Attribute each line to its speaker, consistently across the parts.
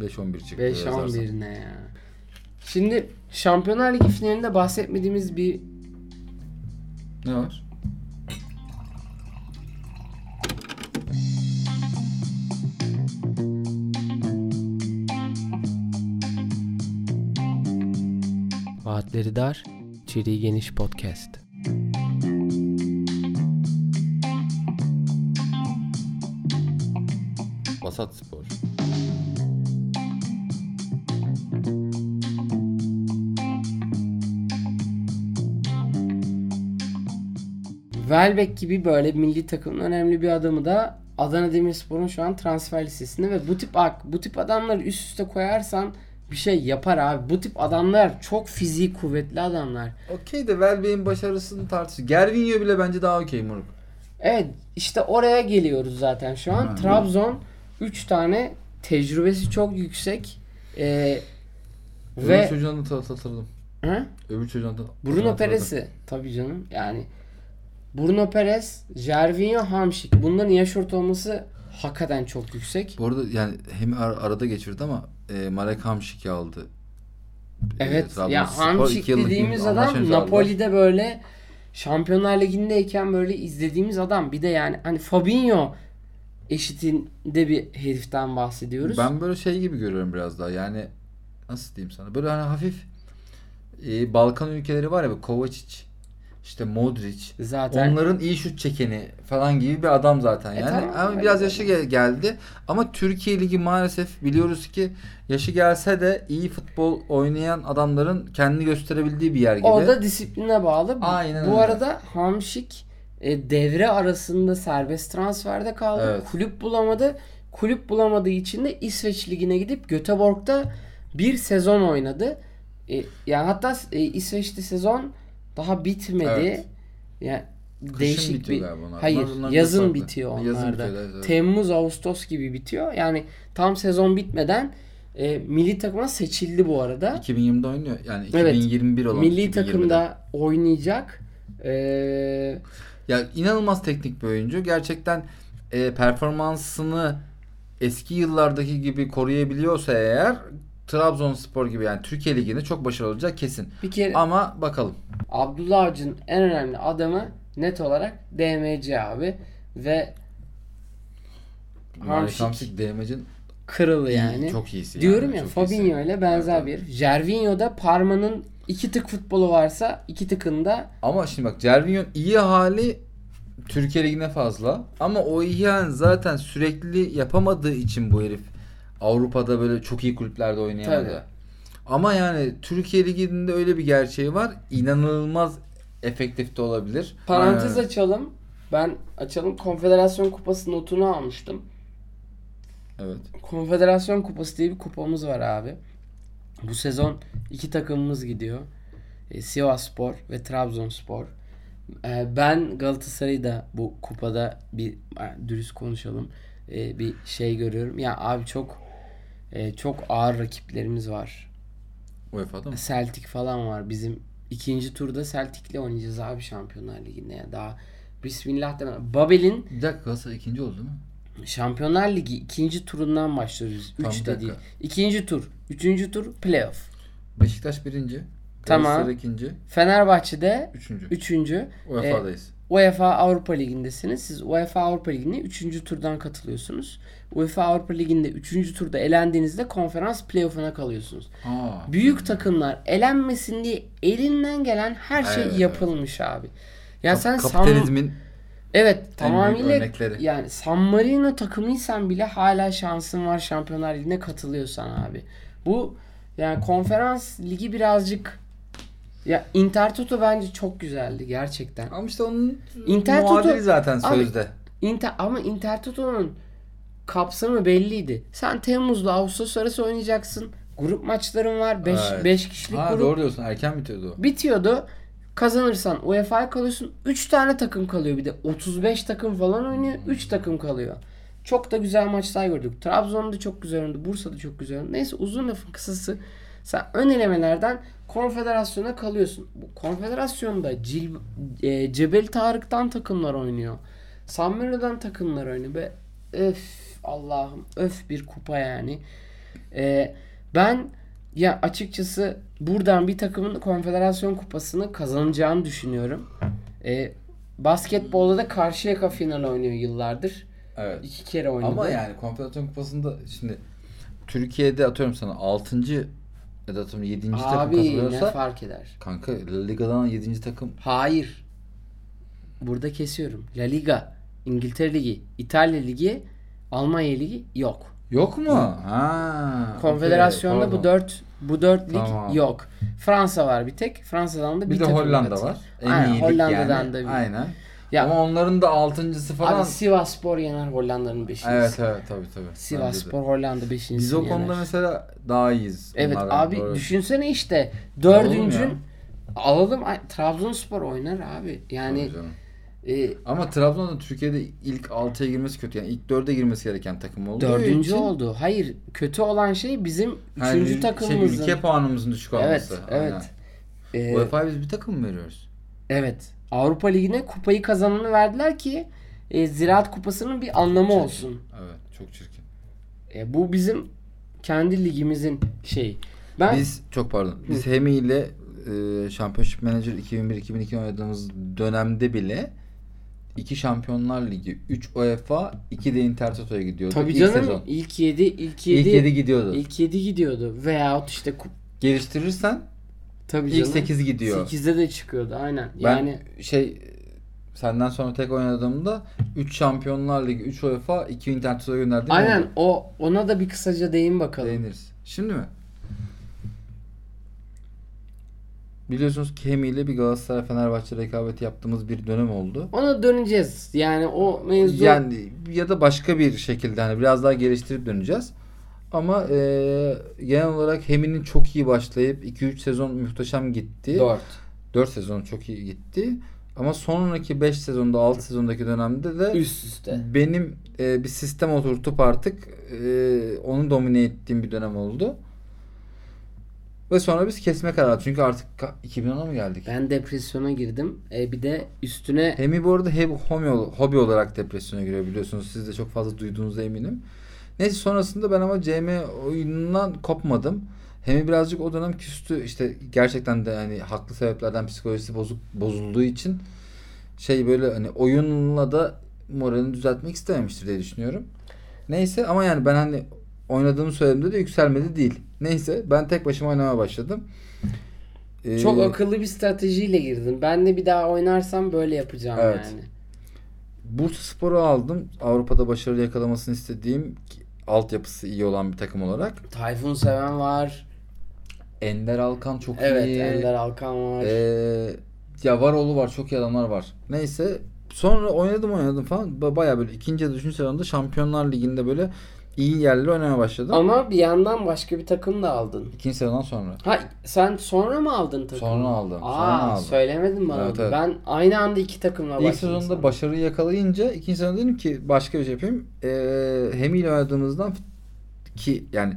Speaker 1: 5-11 çıktı. 5-11.
Speaker 2: 5-11 ne ya. Şimdi Şampiyonlar Ligi finalinde bahsetmediğimiz bir
Speaker 1: Ne var?
Speaker 2: Vaatleri Dar, Çeriği Geniş Podcast.
Speaker 1: Basat spor.
Speaker 2: Welbeck gibi böyle milli takımın önemli bir adamı da Adana Demirspor'un şu an transfer listesinde ve bu tip ak, bu tip adamları üst üste koyarsan bir şey yapar abi. Bu tip adamlar çok fiziği kuvvetli adamlar.
Speaker 1: Okey de Welbeck'in başarısını tartışıyor. Gervinho bile bence daha okey moruk.
Speaker 2: Evet işte oraya geliyoruz zaten şu an.
Speaker 1: Hı.
Speaker 2: Trabzon 3 tane tecrübesi çok yüksek. Ee,
Speaker 1: Öbür
Speaker 2: ve
Speaker 1: çocuğunu da hatırladım.
Speaker 2: Hı?
Speaker 1: Öbür çocuğunu da
Speaker 2: Bruno
Speaker 1: hatırladım.
Speaker 2: Perez'i tabii canım yani Bruno Perez, Jervinho, Hamşik bunların yaş ortalaması hakikaten çok yüksek.
Speaker 1: Bu arada yani hem ar- arada geçirdi ama e, Marek Hamşik'i aldı.
Speaker 2: Evet
Speaker 1: Trabzonspor
Speaker 2: ya
Speaker 1: iki
Speaker 2: Hamşik
Speaker 1: yıllık
Speaker 2: dediğimiz
Speaker 1: bir anlaşma
Speaker 2: adam
Speaker 1: imzaladı.
Speaker 2: Napoli'de böyle Şampiyonlar Ligi'ndeyken böyle izlediğimiz adam. Bir de yani hani Fabinho eşitinde bir heriften bahsediyoruz.
Speaker 1: Ben böyle şey gibi görüyorum biraz daha yani nasıl diyeyim sana böyle hani hafif e, Balkan ülkeleri var ya böyle Kovacic işte Modric
Speaker 2: Zaten
Speaker 1: onların iyi şut çekeni falan gibi bir adam zaten
Speaker 2: E
Speaker 1: yani
Speaker 2: tamam,
Speaker 1: ama
Speaker 2: öyle
Speaker 1: biraz
Speaker 2: zaten.
Speaker 1: yaşı gel- geldi ama Türkiye Ligi maalesef biliyoruz ki yaşı gelse de iyi futbol oynayan adamların kendini gösterebildiği bir yer gibi.
Speaker 2: O da disipline bağlı. Bu-
Speaker 1: Aynen
Speaker 2: Bu
Speaker 1: öyle.
Speaker 2: arada Hamşik e, devre arasında serbest transferde kaldı.
Speaker 1: Evet.
Speaker 2: Kulüp bulamadı. Kulüp bulamadığı için de İsveç ligine gidip Göteborg'da bir sezon oynadı. E, yani hatta e, İsveç'te sezon daha bitmedi.
Speaker 1: Evet.
Speaker 2: Yani
Speaker 1: Kışın
Speaker 2: değişik
Speaker 1: bitiyor
Speaker 2: bir
Speaker 1: galiba onlar.
Speaker 2: Hayır,
Speaker 1: Bunlar- bunlar biraz
Speaker 2: yazın
Speaker 1: farklı.
Speaker 2: bitiyor onlarda.
Speaker 1: Yazın bitiyor, evet, evet.
Speaker 2: Temmuz, Ağustos gibi bitiyor. Yani tam sezon bitmeden e, milli takıma seçildi bu arada.
Speaker 1: 2020'de oynuyor. Yani
Speaker 2: Evet.
Speaker 1: 2021 olan
Speaker 2: Milli
Speaker 1: 2020'de.
Speaker 2: takımda oynayacak. Ee,
Speaker 1: Ya inanılmaz teknik bir oyuncu. Gerçekten e, performansını eski yıllardaki gibi koruyabiliyorsa eğer Trabzonspor gibi yani Türkiye Ligi'nde çok başarılı olacak kesin.
Speaker 2: bir kere
Speaker 1: Ama bakalım.
Speaker 2: Abdullah Avcı'nın en önemli adamı net olarak DMC abi ve Hamşik.
Speaker 1: Hamşik DMC'nin
Speaker 2: kırılı yani.
Speaker 1: çok iyisi.
Speaker 2: Diyorum
Speaker 1: yani,
Speaker 2: ya
Speaker 1: çok
Speaker 2: Fabinho
Speaker 1: iyisi.
Speaker 2: ile benzer
Speaker 1: Evet,
Speaker 2: bir. Jervinho'da parmanın iki tık futbolu varsa iki tıkında
Speaker 1: Ama şimdi bak Cervinho'nun iyi hali Türkiye Ligi'ne fazla. Ama o iyi hali zaten sürekli yapamadığı için bu herif Avrupa'da böyle çok iyi kulüplerde oynayamadı.
Speaker 2: Tabii.
Speaker 1: Ama yani Türkiye Ligi'nde öyle bir gerçeği var. İnanılmaz efektif de olabilir.
Speaker 2: Parantez
Speaker 1: Aynen.
Speaker 2: açalım. Ben açalım Konfederasyon Kupası notunu almıştım.
Speaker 1: Evet.
Speaker 2: Konfederasyon Kupası diye bir kupamız var abi. Bu sezon iki takımımız gidiyor. E, Sivas Spor ve Trabzonspor. E, ben Galatasaray'ı da bu kupada bir e, dürüst konuşalım. E, bir şey görüyorum. Ya abi çok e, çok ağır rakiplerimiz var.
Speaker 1: UEFA'da mı?
Speaker 2: Celtic falan var. Bizim ikinci turda Celtic'le oynayacağız abi Şampiyonlar Ligi'nde ya. Daha Bismillah demeden. Babel'in
Speaker 1: Bir dakika Galatasaray ikinci oldu mu?
Speaker 2: Şampiyonlar Ligi ikinci turundan başlıyoruz.
Speaker 1: Tamam,
Speaker 2: Üç
Speaker 1: bir
Speaker 2: de
Speaker 1: dakika.
Speaker 2: değil. İkinci tur. Üçüncü tur playoff.
Speaker 1: Beşiktaş birinci.
Speaker 2: Tamam.
Speaker 1: Galatasaray ikinci.
Speaker 2: Fenerbahçe'de
Speaker 1: Üçüncü.
Speaker 2: üçüncü.
Speaker 1: UEFA'dayız.
Speaker 2: UEFA Avrupa Ligi'ndesiniz. Siz UEFA Avrupa Ligi'ne üçüncü turdan katılıyorsunuz. UEFA Avrupa Ligi'nde üçüncü turda elendiğinizde konferans playoff'una kalıyorsunuz.
Speaker 1: Aa.
Speaker 2: E, Büyük takımlar elenmesin diye elinden gelen her şey
Speaker 1: Evet, evet.
Speaker 2: yapılmış abi. Ya sen San-
Speaker 1: kapitalizmin
Speaker 2: Evet
Speaker 1: En büyük
Speaker 2: tamamıyla
Speaker 1: örnekleri.
Speaker 2: yani San Marino takımıysan bile hala şansın var Şampiyonlar Ligi'ne katılıyorsan abi. Bu yani konferans ligi birazcık ya Intertoto bence çok güzeldi gerçekten.
Speaker 1: ama işte onun
Speaker 2: İnter
Speaker 1: muadili
Speaker 2: tutu-
Speaker 1: zaten
Speaker 2: Abi,
Speaker 1: sözde.
Speaker 2: Inter ama Intertoto'nun kapsamı belliydi. Sen Temmuz'la Ağustos arası oynayacaksın. Grup maçların var. 5
Speaker 1: Evet.
Speaker 2: kişilik
Speaker 1: Ha
Speaker 2: grup.
Speaker 1: doğru diyorsun. Erken bitiyordu o.
Speaker 2: Bitiyordu. Kazanırsan UEFA'ya kalıyorsun. 3 tane takım kalıyor bir de. 35 takım falan oynuyor. 3 takım kalıyor. Çok da güzel maçlar gördük. Trabzon'da çok güzel oynadı. Bursa'da çok güzel oynadı. Neyse uzun lafın kısası. Sen ön elemelerden konfederasyona kalıyorsun. Bu konfederasyonda Cil, e, Cebel Tarık'tan takımlar oynuyor. San Marino'dan takımlar oynuyor. Be, öf Allah'ım öf bir kupa yani. Ee, ben ya açıkçası buradan bir takımın konfederasyon kupasını kazanacağını düşünüyorum. Ee, basketbolda da Karşıyaka final oynuyor yıllardır.
Speaker 1: Evet.
Speaker 2: İki kere oynadı.
Speaker 1: Ama yani Konfederasyon Kupası'nda şimdi Türkiye'de atıyorum sana 6. ya da atıyorum 7. takım
Speaker 2: Abi ne
Speaker 1: kazanıyorsa
Speaker 2: fark eder?
Speaker 1: kanka La Liga'dan 7. takım
Speaker 2: Hayır. Burada kesiyorum. La Liga, İngiltere Ligi, İtalya Ligi, Almanya Ligi yok.
Speaker 1: yok mu? Ha.
Speaker 2: Konfederasyonda
Speaker 1: okey,
Speaker 2: bu
Speaker 1: pardon.
Speaker 2: dört bu dört lig
Speaker 1: Tamam.
Speaker 2: yok. Fransa var bir tek. Fransa'dan da bir,
Speaker 1: bir, de
Speaker 2: takım
Speaker 1: Hollanda
Speaker 2: katılır.
Speaker 1: var. En
Speaker 2: Aynen,
Speaker 1: iyi lig
Speaker 2: Hollanda'dan
Speaker 1: yani.
Speaker 2: da bir.
Speaker 1: Aynen.
Speaker 2: Ya-
Speaker 1: Ama onların da 6.sı falan.
Speaker 2: Abi Sivas Spor yener Hollanda'nın beşincisi.
Speaker 1: evet evet tabii tabii.
Speaker 2: Sivas
Speaker 1: Bence de.
Speaker 2: Spor Hollanda beşincisi.
Speaker 1: Biz o konuda mesela daha iyiyiz.
Speaker 2: Evet
Speaker 1: onlardan,
Speaker 2: abi
Speaker 1: doğru.
Speaker 2: düşünsene işte
Speaker 1: Olur mu ya?
Speaker 2: dördüncün alalım ay, Trabzonspor oynar abi. Yani
Speaker 1: Tabii canım.
Speaker 2: e,
Speaker 1: Ama Trabzon'da Türkiye'de ilk 6'ya girmesi kötü. Yani ilk 4'e girmesi gereken takım oldu.
Speaker 2: dördüncü
Speaker 1: için,
Speaker 2: oldu. Hayır kötü olan şey bizim
Speaker 1: yani
Speaker 2: üçüncü
Speaker 1: ül-
Speaker 2: takımımızın.
Speaker 1: Şey, ülke puanımızın düşük
Speaker 2: evet
Speaker 1: olması.
Speaker 2: evet.
Speaker 1: Aynen.
Speaker 2: Ee,
Speaker 1: UEFA'ya biz bir takım mı veriyoruz?
Speaker 2: Evet. Avrupa Ligi'ne kupayı kazananı verdiler ki e, Ziraat Kupası'nın bir anlamı olsun.
Speaker 1: Evet çok çirkin.
Speaker 2: E, bu bizim kendi ligimizin şeyi. Ben
Speaker 1: Biz çok pardon. Biz Hemi ile e, Championship Manager 2001-2002 oynadığımız dönemde bile 2 Şampiyonlar Ligi, E 3 UEFA, 2 de Intertoto'ya gidiyordu.
Speaker 2: tabii
Speaker 1: İlk
Speaker 2: canım
Speaker 1: sezon.
Speaker 2: ilk 7 ilk 7
Speaker 1: İlk 7 gidiyordu.
Speaker 2: ilk 7 gidiyordu veyahut işte kup,
Speaker 1: Geliştirirsen
Speaker 2: tabii
Speaker 1: ilk
Speaker 2: canım.
Speaker 1: 8 gidiyor.
Speaker 2: 8'de de çıkıyordu aynen.
Speaker 1: Ben
Speaker 2: Yani
Speaker 1: şey senden sonra tek oynadığımda 3 Şampiyonlar Ligi, 3 UEFA, 2 Intertoto'ya gönderdim.
Speaker 2: aynen o ona da bir kısaca değin bakalım.
Speaker 1: Değiniriz. Şimdi mi? Biliyorsunuz ki Hemi ile bir Galatasaray Fenerbahçe rekabeti yaptığımız bir dönem oldu.
Speaker 2: Ona döneceğiz. Yani o mevzu
Speaker 1: Yani ya da başka bir şekilde hani biraz daha geliştirip döneceğiz. Ama eee, genel olarak Hemi'nin çok iyi başlayıp 2-3 sezon muhteşem gitti.
Speaker 2: 4.
Speaker 1: 4 sezon çok iyi gitti. Ama sonraki 5 sezonda 6 sezondaki dönemde de
Speaker 2: Üst üste.
Speaker 1: benim e, bir sistem oturtup artık e, onu domine ettiğim bir dönem oldu. Ve sonra biz kesme kararı. Çünkü artık ka- 2010'a mı geldik?
Speaker 2: Ben depresyona girdim. E, bir de üstüne
Speaker 1: Hemi bu arada hep homi, hobi olarak depresyona giriyor biliyorsunuz. Siz de çok fazla duyduğunuza eminim. Neyse sonrasında ben ama CM oyunundan kopmadım. Hemi birazcık o dönem küstü. İşte gerçekten de hani haklı sebeplerden psikolojisi bozuk bozulduğu için şey böyle hani oyunla da moralini düzeltmek istememiştir diye düşünüyorum. Neyse ama yani ben hani oynadığımı söylediğimde de yükselmedi değil. Neyse ben tek başıma oynamaya başladım. Ee,
Speaker 2: Çok akıllı bir stratejiyle girdin. Ben de bir daha oynarsam böyle yapacağım
Speaker 1: Evet.
Speaker 2: yani.
Speaker 1: Bursa Spor'u aldım. Avrupa'da başarılı yakalamasını istediğim ki- altyapısı iyi olan bir takım olarak.
Speaker 2: Tayfun seven var.
Speaker 1: Ender Alkan çok
Speaker 2: Evet
Speaker 1: iyi.
Speaker 2: Ender Alkan var.
Speaker 1: Ee, ya Varoğlu var. Çok iyi adamlar var. Neyse. Sonra oynadım oynadım falan. Ba- Baya böyle ikinci ya da üçüncü sezonda Şampiyonlar Ligi'nde böyle iyi yerli oynamaya başladım.
Speaker 2: Ama bir yandan başka bir takım da aldın.
Speaker 1: İkinci sezondan sonra.
Speaker 2: Ha sen sonra mı aldın takımı?
Speaker 1: Sonra aldım,
Speaker 2: Aa,
Speaker 1: sonra aldım.
Speaker 2: söylemedin bana.
Speaker 1: Evet,
Speaker 2: bunu.
Speaker 1: evet.
Speaker 2: Ben aynı anda iki takımla başladım.
Speaker 1: İlk sezonda
Speaker 2: sana.
Speaker 1: başarıyı yakalayınca ikinci sezonda dedim ki başka bir şey yapayım. Ee, hem ile oynadığımızdan ki yani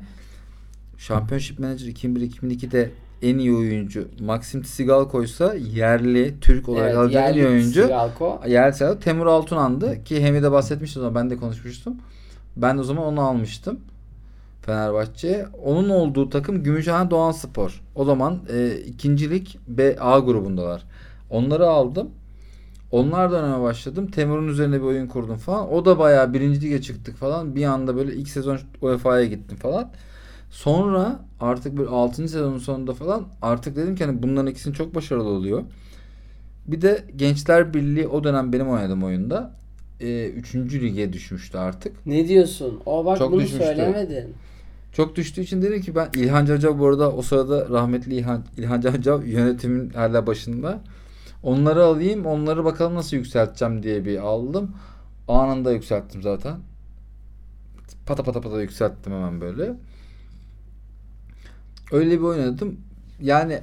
Speaker 1: Championship Manager 2001-2002'de en iyi oyuncu Maxim Tsigal koysa yerli Türk olarak
Speaker 2: Evet,
Speaker 1: alacak en iyi
Speaker 2: yerli
Speaker 1: oyuncu
Speaker 2: Sigalko.
Speaker 1: yerli Tsigal Temur Altunan'dı ki Hemi de bahsetmişti o zaman ben de konuşmuştum. Ben de o zaman onu almıştım. Fenerbahçe. Onun olduğu takım Gümüşhane Doğan Spor. O zaman e, ikincilik B A grubundalar. Onları aldım. Onlar döneme başladım. Temur'un üzerine bir oyun kurdum falan. O da bayağı birinci lige çıktık falan. Bir anda böyle ilk sezon UEFA'ya gittim falan. Sonra artık böyle 6. sezonun sonunda falan artık dedim ki hani bunların ikisini çok başarılı oluyor. Bir de Gençler Birliği o dönem benim oynadığım oyunda 3. lige düşmüştü artık.
Speaker 2: Ne diyorsun? O bak
Speaker 1: Çok
Speaker 2: bunu
Speaker 1: düşmüştü.
Speaker 2: söylemedin.
Speaker 1: Çok düştüğü için dedim ki ben İlhan Cacav bu arada o sırada rahmetli İlhan, İlhan Cacav yönetimin hala başında. Onları alayım onları bakalım nasıl yükselteceğim diye bir aldım. Anında yükselttim zaten. Pata pata pata yükselttim hemen böyle. Öyle bir oynadım. Yani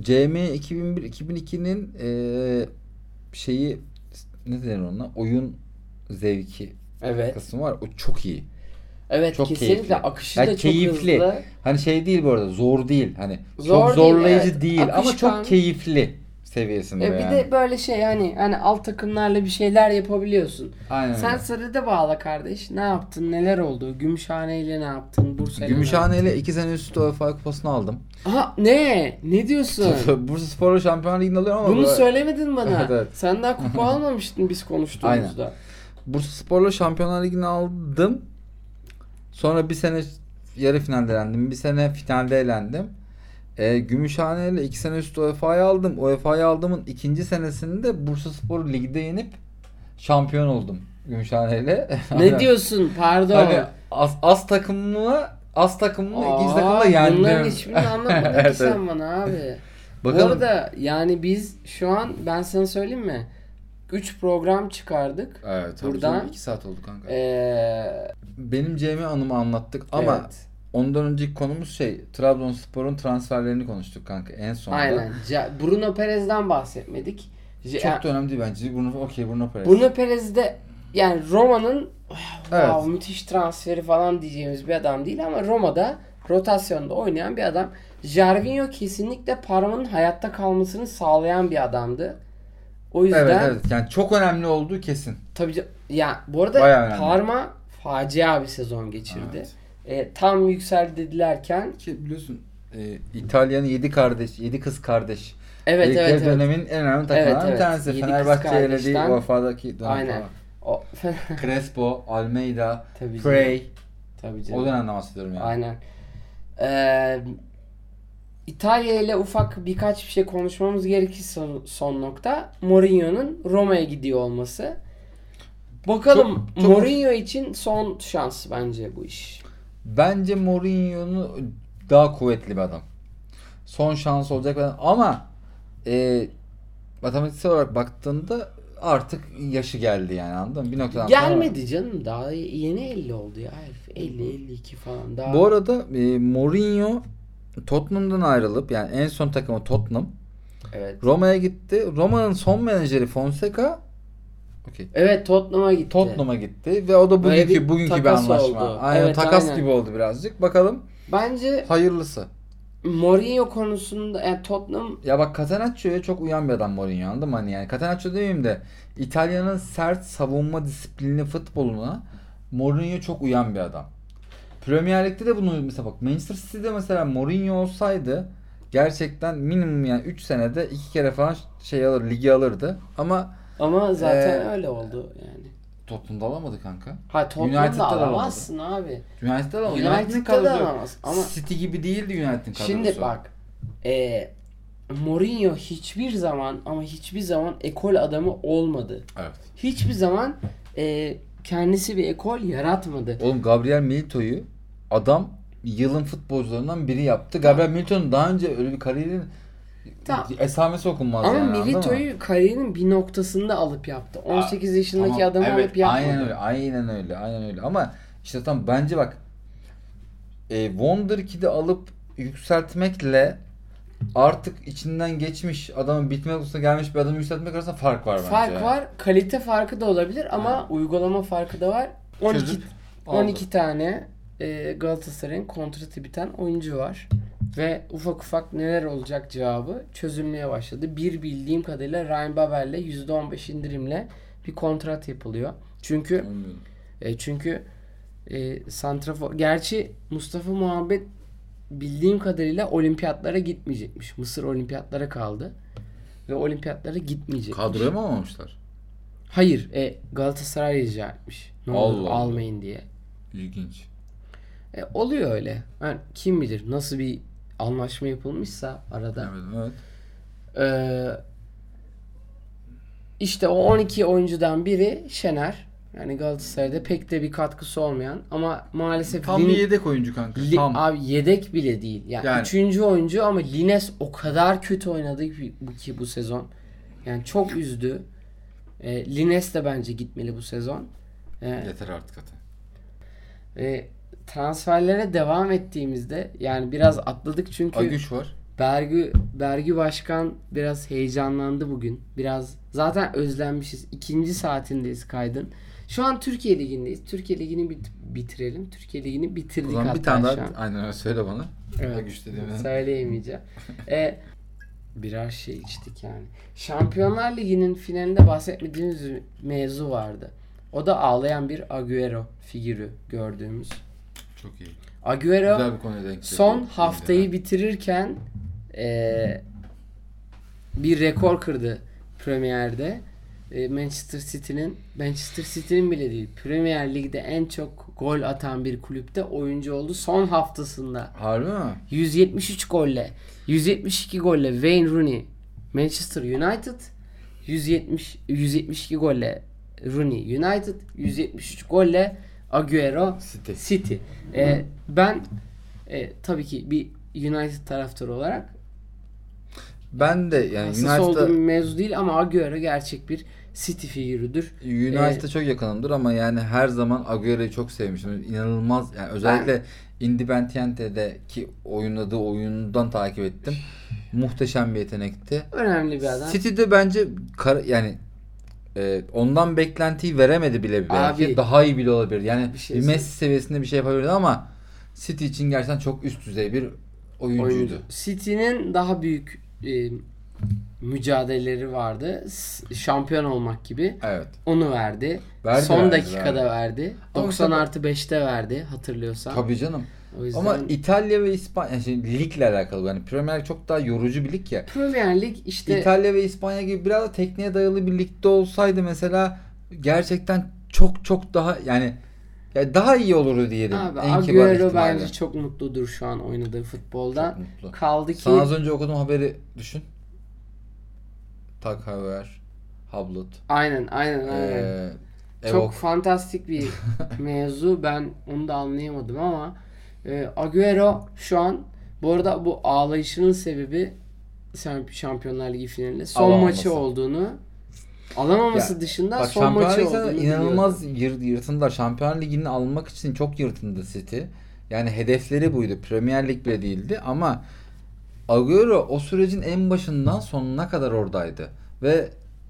Speaker 1: CM 2001 2002'nin eee, e, şeyi ne denir ona? Oyun zevki
Speaker 2: Evet.
Speaker 1: kısmı var. O çok iyi.
Speaker 2: Evet
Speaker 1: Çok
Speaker 2: kesinlikle
Speaker 1: keyifli.
Speaker 2: akışı
Speaker 1: Yani
Speaker 2: da çok
Speaker 1: keyifli.
Speaker 2: hızlı. E,
Speaker 1: Hani şey değil bu arada zor değil. Hani
Speaker 2: Zor
Speaker 1: çok
Speaker 2: değil,
Speaker 1: zorlayıcı
Speaker 2: evet.
Speaker 1: değil, ama
Speaker 2: Akışkan.
Speaker 1: çok keyifli. seviyesinde
Speaker 2: E bir
Speaker 1: yani.
Speaker 2: de böyle şey hani hani alt takımlarla bir şeyler yapabiliyorsun.
Speaker 1: Aynen
Speaker 2: Sen
Speaker 1: öyle.
Speaker 2: Sarı'da bağla kardeş. Ne yaptın? Neler oldu? Gümüşhane ile ne yaptın? Bursa ile
Speaker 1: Gümüşhane ile 2 sene üst üste UEFA kupasını aldım.
Speaker 2: ne yaptın? Aha ne? Ne diyorsun?
Speaker 1: Bursa Spor'u Şampiyonlar Ligi'nde alıyorum ama
Speaker 2: Bunu
Speaker 1: böyle-
Speaker 2: söylemedin bana.
Speaker 1: Evet, evet.
Speaker 2: Sen daha kupa almamıştın biz konuştuğumuzda.
Speaker 1: Bursa Spor'la Şampiyonlar Ligi'ni aldım. Sonra bir sene yarı finalde elendim. Bir sene finalde elendim. E, Gümüşhane ile iki sene üst UEFA'yı aldım. UEFA'yı aldığımın ikinci senesinde Bursa Spor'u ligde yenip şampiyon oldum. Gümüşhane ile.
Speaker 2: Ne diyorsun? Pardon.
Speaker 1: Hani az, az takımlı az takımlı ikinci takımla
Speaker 2: Aa,
Speaker 1: yendim.
Speaker 2: Bunların hiçbirini anlatmadın
Speaker 1: Evet,
Speaker 2: ki sen bana abi.
Speaker 1: Bakalım.
Speaker 2: Bu arada yani biz şu an ben sana söyleyeyim mi? 3 program çıkardık.
Speaker 1: Evet,
Speaker 2: tabii Buradan- canım,
Speaker 1: 2 saat oldu kanka.
Speaker 2: Ee,
Speaker 1: Benim Cem'i anımı anlattık ama
Speaker 2: evet.
Speaker 1: Ondan önceki konumuz şey Trabzonspor'un transferlerini konuştuk kanka en sonunda.
Speaker 2: Aynen. Ce- Bruno Perez'den bahsetmedik. Je-
Speaker 1: Çok da önemli değil bence. Bruno, okey Bruno Perez.
Speaker 2: Bruno Perez de yani Roma'nın
Speaker 1: Evet.
Speaker 2: wow, müthiş transferi falan diyeceğimiz bir adam değil ama Roma'da rotasyonda oynayan bir adam. Jarvinho kesinlikle Parma'nın hayatta kalmasını sağlayan bir adamdı. O yüzden
Speaker 1: Evet evet. Yani çok önemli olduğu kesin.
Speaker 2: Tabii ca- ya bu arada
Speaker 1: Bayağı önemli.
Speaker 2: Parma facia bir sezon geçirdi.
Speaker 1: Evet.
Speaker 2: E, tam yükseldi dilerken
Speaker 1: Ki biliyorsun e, İtalya'nın 7 kardeş, 7 kız kardeş.
Speaker 2: evet
Speaker 1: Dedikleri
Speaker 2: evet evet.
Speaker 1: dönemin en önemli takımlarından
Speaker 2: Evet, evet.
Speaker 1: bir tanesi.
Speaker 2: Yedi kız
Speaker 1: Fenerbahçe elediği
Speaker 2: kardeşten-
Speaker 1: UEFA'daki dönem
Speaker 2: Aynen.
Speaker 1: falan.
Speaker 2: O, Fener-
Speaker 1: Crespo, Almeida,
Speaker 2: tabii canım.
Speaker 1: Frey.
Speaker 2: Tabii canım.
Speaker 1: O dönemden bahsediyorum yani.
Speaker 2: Aynen. Ee, İtalya ile ufak birkaç bir şey konuşmamız gerekir son, son nokta. Mourinho'nun Roma'ya gidiyor olması. Bakalım
Speaker 1: Çok- çok-
Speaker 2: Mourinho için son şans bence bu iş.
Speaker 1: Bence Mourinho'nu daha kuvvetli bir adam. Son şans olacak bir adam. Ama e, matematiksel olarak baktığında artık yaşı geldi yani anladın mı? Bir noktadan sonra-
Speaker 2: Gelmedi canım daha yeni 50 oldu ya herif. 50 52 falan daha.
Speaker 1: Bu arada e, Mourinho Tottenham'dan ayrılıp yani en son takımı Tottenham.
Speaker 2: evet.
Speaker 1: Roma'ya gitti. Roma'nın son menajeri Fonseca okey.
Speaker 2: Evet Tottenham'a gitti.
Speaker 1: Tottenham'a gitti ve o da
Speaker 2: Böyle
Speaker 1: bugünkü
Speaker 2: bir
Speaker 1: bugünkü bir
Speaker 2: takas
Speaker 1: anlaşma.
Speaker 2: oldu.
Speaker 1: Aynen
Speaker 2: Evet,
Speaker 1: takas
Speaker 2: aynen.
Speaker 1: gibi oldu birazcık. Bakalım
Speaker 2: Bence
Speaker 1: hayırlısı.
Speaker 2: Mourinho konusunda yani Tottenham
Speaker 1: Ya bak Catanaccio'ya çok uyan bir adam Mourinho anladın mı? Hani yani Catenaccio demeyeyim de İtalya'nın sert savunma disiplini futboluna Mourinho çok uyan bir adam. Premier Lig'de de bunu mesela bak Manchester City'de mesela Mourinho olsaydı gerçekten minimum yani 3 senede 2 kere falan şey alır, ligi alırdı. Ama
Speaker 2: ama zaten
Speaker 1: Ee,
Speaker 2: öyle oldu yani.
Speaker 1: Tottenham'da alamadı kanka.
Speaker 2: Ha Tottenham'da
Speaker 1: United'da da
Speaker 2: alamazsın abi.
Speaker 1: United'da alamadı. United'in
Speaker 2: United'da
Speaker 1: kadrosu
Speaker 2: da
Speaker 1: yok.
Speaker 2: alamaz. Ama
Speaker 1: City gibi değildi United'in kadrosu.
Speaker 2: şimdi bak e, Mourinho hiçbir zaman ama hiçbir zaman ekol adamı olmadı.
Speaker 1: Evet.
Speaker 2: Hiçbir zaman e, kendisi bir ekol yaratmadı.
Speaker 1: Oğlum Gabriel Milito'yu adam yılın futbolcularından biri yaptı. Gabriel Milito'nun daha önce öyle bir kariyerin
Speaker 2: Tamam.
Speaker 1: esamesi okunmaz
Speaker 2: Ama
Speaker 1: yani. anladın mı?
Speaker 2: Milito'yu kariyerinin bir noktasında alıp yaptı. 18 yaşındaki
Speaker 1: Tamam,
Speaker 2: adamı
Speaker 1: evet,
Speaker 2: alıp yapmadı.
Speaker 1: Aynen öyle, aynen öyle, aynen öyle. Ama işte tam bence bak e, Wonder Kid'i alıp yükseltmekle artık içinden geçmiş adamın bitme noktasına gelmiş bir adamı yükseltmek arasında fark var bence.
Speaker 2: Fark var. Kalite farkı da olabilir ama uygulama farkı da var. 12
Speaker 1: Çözüp aldı.
Speaker 2: 12 tane e, Galatasaray'ın kontratı biten oyuncu var. Ve ufak ufak neler olacak cevabı çözülmeye başladı. Bir bildiğim kadarıyla Ryan Babel'le %15 indirimle bir kontrat yapılıyor. Çünkü
Speaker 1: Bilmiyorum.
Speaker 2: e, çünkü e, santrafor gerçi Mustafa Muhabbet bildiğim kadarıyla olimpiyatlara gitmeyecekmiş. Mısır olimpiyatlara kaldı ve olimpiyatlara gitmeyecek.
Speaker 1: Kadroya mı almamışlar?
Speaker 2: Hayır, e, Galatasaray rica etmiş. Ne olur
Speaker 1: Allah Allah.
Speaker 2: almayın diye.
Speaker 1: İlginç.
Speaker 2: E, oluyor öyle. Yani kim bilir nasıl bir anlaşma yapılmışsa arada.
Speaker 1: Evet, evet.
Speaker 2: Ee, işte o 12 oyuncudan biri Şener. Yani Galatasaray'da pek de bir katkısı olmayan ama maalesef
Speaker 1: Tam
Speaker 2: Lin-
Speaker 1: bir yedek oyuncu kanka.
Speaker 2: Li-
Speaker 1: Tam.
Speaker 2: abi yedek bile değil. Yani,
Speaker 1: Yani.
Speaker 2: üçüncü oyuncu ama Lines o kadar kötü oynadı ki bu, ki bu sezon. Yani çok üzdü. E, Lines de bence gitmeli bu sezon. E,
Speaker 1: Yeter artık zaten.
Speaker 2: e, transferlere devam ettiğimizde yani biraz atladık çünkü
Speaker 1: Agüş var.
Speaker 2: Bergü Bergü Başkan biraz heyecanlandı bugün. Biraz zaten özlenmişiz. İkinci saatindeyiz kaydın. Şu an Türkiye Ligi'ndeyiz. Türkiye Ligi'ni bit- bitirelim. Türkiye Ligi'ni
Speaker 1: O
Speaker 2: bitirdik
Speaker 1: zaman
Speaker 2: hatta
Speaker 1: bir tane
Speaker 2: şu
Speaker 1: daha
Speaker 2: an.
Speaker 1: aynen öyle söyle bana.
Speaker 2: Evet.
Speaker 1: Agüş dediğimi.
Speaker 2: Söyleyemeyeceğim. E, Birer şey içtik yani. Şampiyonlar Ligi'nin finalinde bahsetmediğimiz bir mevzu vardı. O da ağlayan bir Agüero figürü gördüğümüz.
Speaker 1: Çok iyi.
Speaker 2: Agüero
Speaker 1: Güzel bir konuya denk
Speaker 2: son
Speaker 1: geldi.
Speaker 2: haftayı bitirirken eee, bir rekor kırdı Premier'de. Eee, Manchester City'nin Manchester City'nin bile değil. Premier Lig'de en çok gol atan bir kulüpte oyuncu oldu son haftasında.
Speaker 1: Harbi mi?
Speaker 2: 173 golle, 172 golle Wayne Rooney Manchester United, 170 172 golle Rooney United, 173 golle Agüero
Speaker 1: City.
Speaker 2: City. Ee, ben e, tabii ki bir United taraftarı olarak
Speaker 1: Ben de yani
Speaker 2: hassas
Speaker 1: United'a
Speaker 2: olduğum bir mevzu değil ama Agüero gerçek bir City figürüdür. Ee-
Speaker 1: United'a çok yakınımdır ama yani her zaman Agüero'yu çok sevmişim. İnanılmaz yani özellikle Independiente'deki oynadığı oyundan takip ettim. Muhteşem bir yetenekti.
Speaker 2: Önemli bir adam.
Speaker 1: City'de bence kar- yani e, ondan beklentiyi veremedi bile belki.
Speaker 2: Abi.
Speaker 1: Daha iyi bile olabilir. Yani
Speaker 2: Bir
Speaker 1: bir,
Speaker 2: şey
Speaker 1: Messi seviyesinde bir şey yapabilirdi ama City için gerçekten çok üst düzey bir oyuncuydu.
Speaker 2: oyuncu. City'nin daha büyük e, mücadeleleri vardı. S- Şampiyon olmak gibi.
Speaker 1: Evet.
Speaker 2: Onu verdi.
Speaker 1: Verdi,
Speaker 2: Son
Speaker 1: verdi,
Speaker 2: dakikada verdi.
Speaker 1: Ama
Speaker 2: 90
Speaker 1: işte-
Speaker 2: artı 5'te verdi hatırlıyorsan.
Speaker 1: Tabii canım.
Speaker 2: O yüzden
Speaker 1: Ama İtalya ve İspanya yani şimdi ligle alakalı bu. yani Premier Lig çok daha yorucu bir lig ya.
Speaker 2: Premier Lig işte
Speaker 1: İtalya ve İspanya gibi biraz da tekniğe dayalı bir ligde olsaydı mesela gerçekten çok çok daha yani ya daha iyi olurdu diyelim.
Speaker 2: abi
Speaker 1: En kibar
Speaker 2: Agüero
Speaker 1: ihtimalle.
Speaker 2: bence çok mutludur şu an oynadığı futboldan.
Speaker 1: Çok mutlu.
Speaker 2: Kaldı ki
Speaker 1: Sana az önce okuduğum haberi düşün. Tak Heuer, Hablut,
Speaker 2: aynen aynen aynen.
Speaker 1: ee,
Speaker 2: Çok
Speaker 1: Evok.
Speaker 2: fantastik bir mevzu. Ben onu da anlayamadım ama e, Agüero şu an bu arada bu ağlayışının sebebi sen- Şampiyonlar Ligi finalinde son
Speaker 1: Alamaması.
Speaker 2: maçı olduğunu alamaması
Speaker 1: Ya,
Speaker 2: dışında
Speaker 1: Bak
Speaker 2: son
Speaker 1: Şampiyonlar
Speaker 2: maçı
Speaker 1: Ligi'nde
Speaker 2: olduğunu
Speaker 1: inanılmaz yır, yırtındılar. Şampiyonlar Ligi'ni almak için çok yırtındı City. Yani hedefleri buydu. Premier Lig bile değildi ama Agüero o sürecin en başından sonuna kadar oradaydı. Ve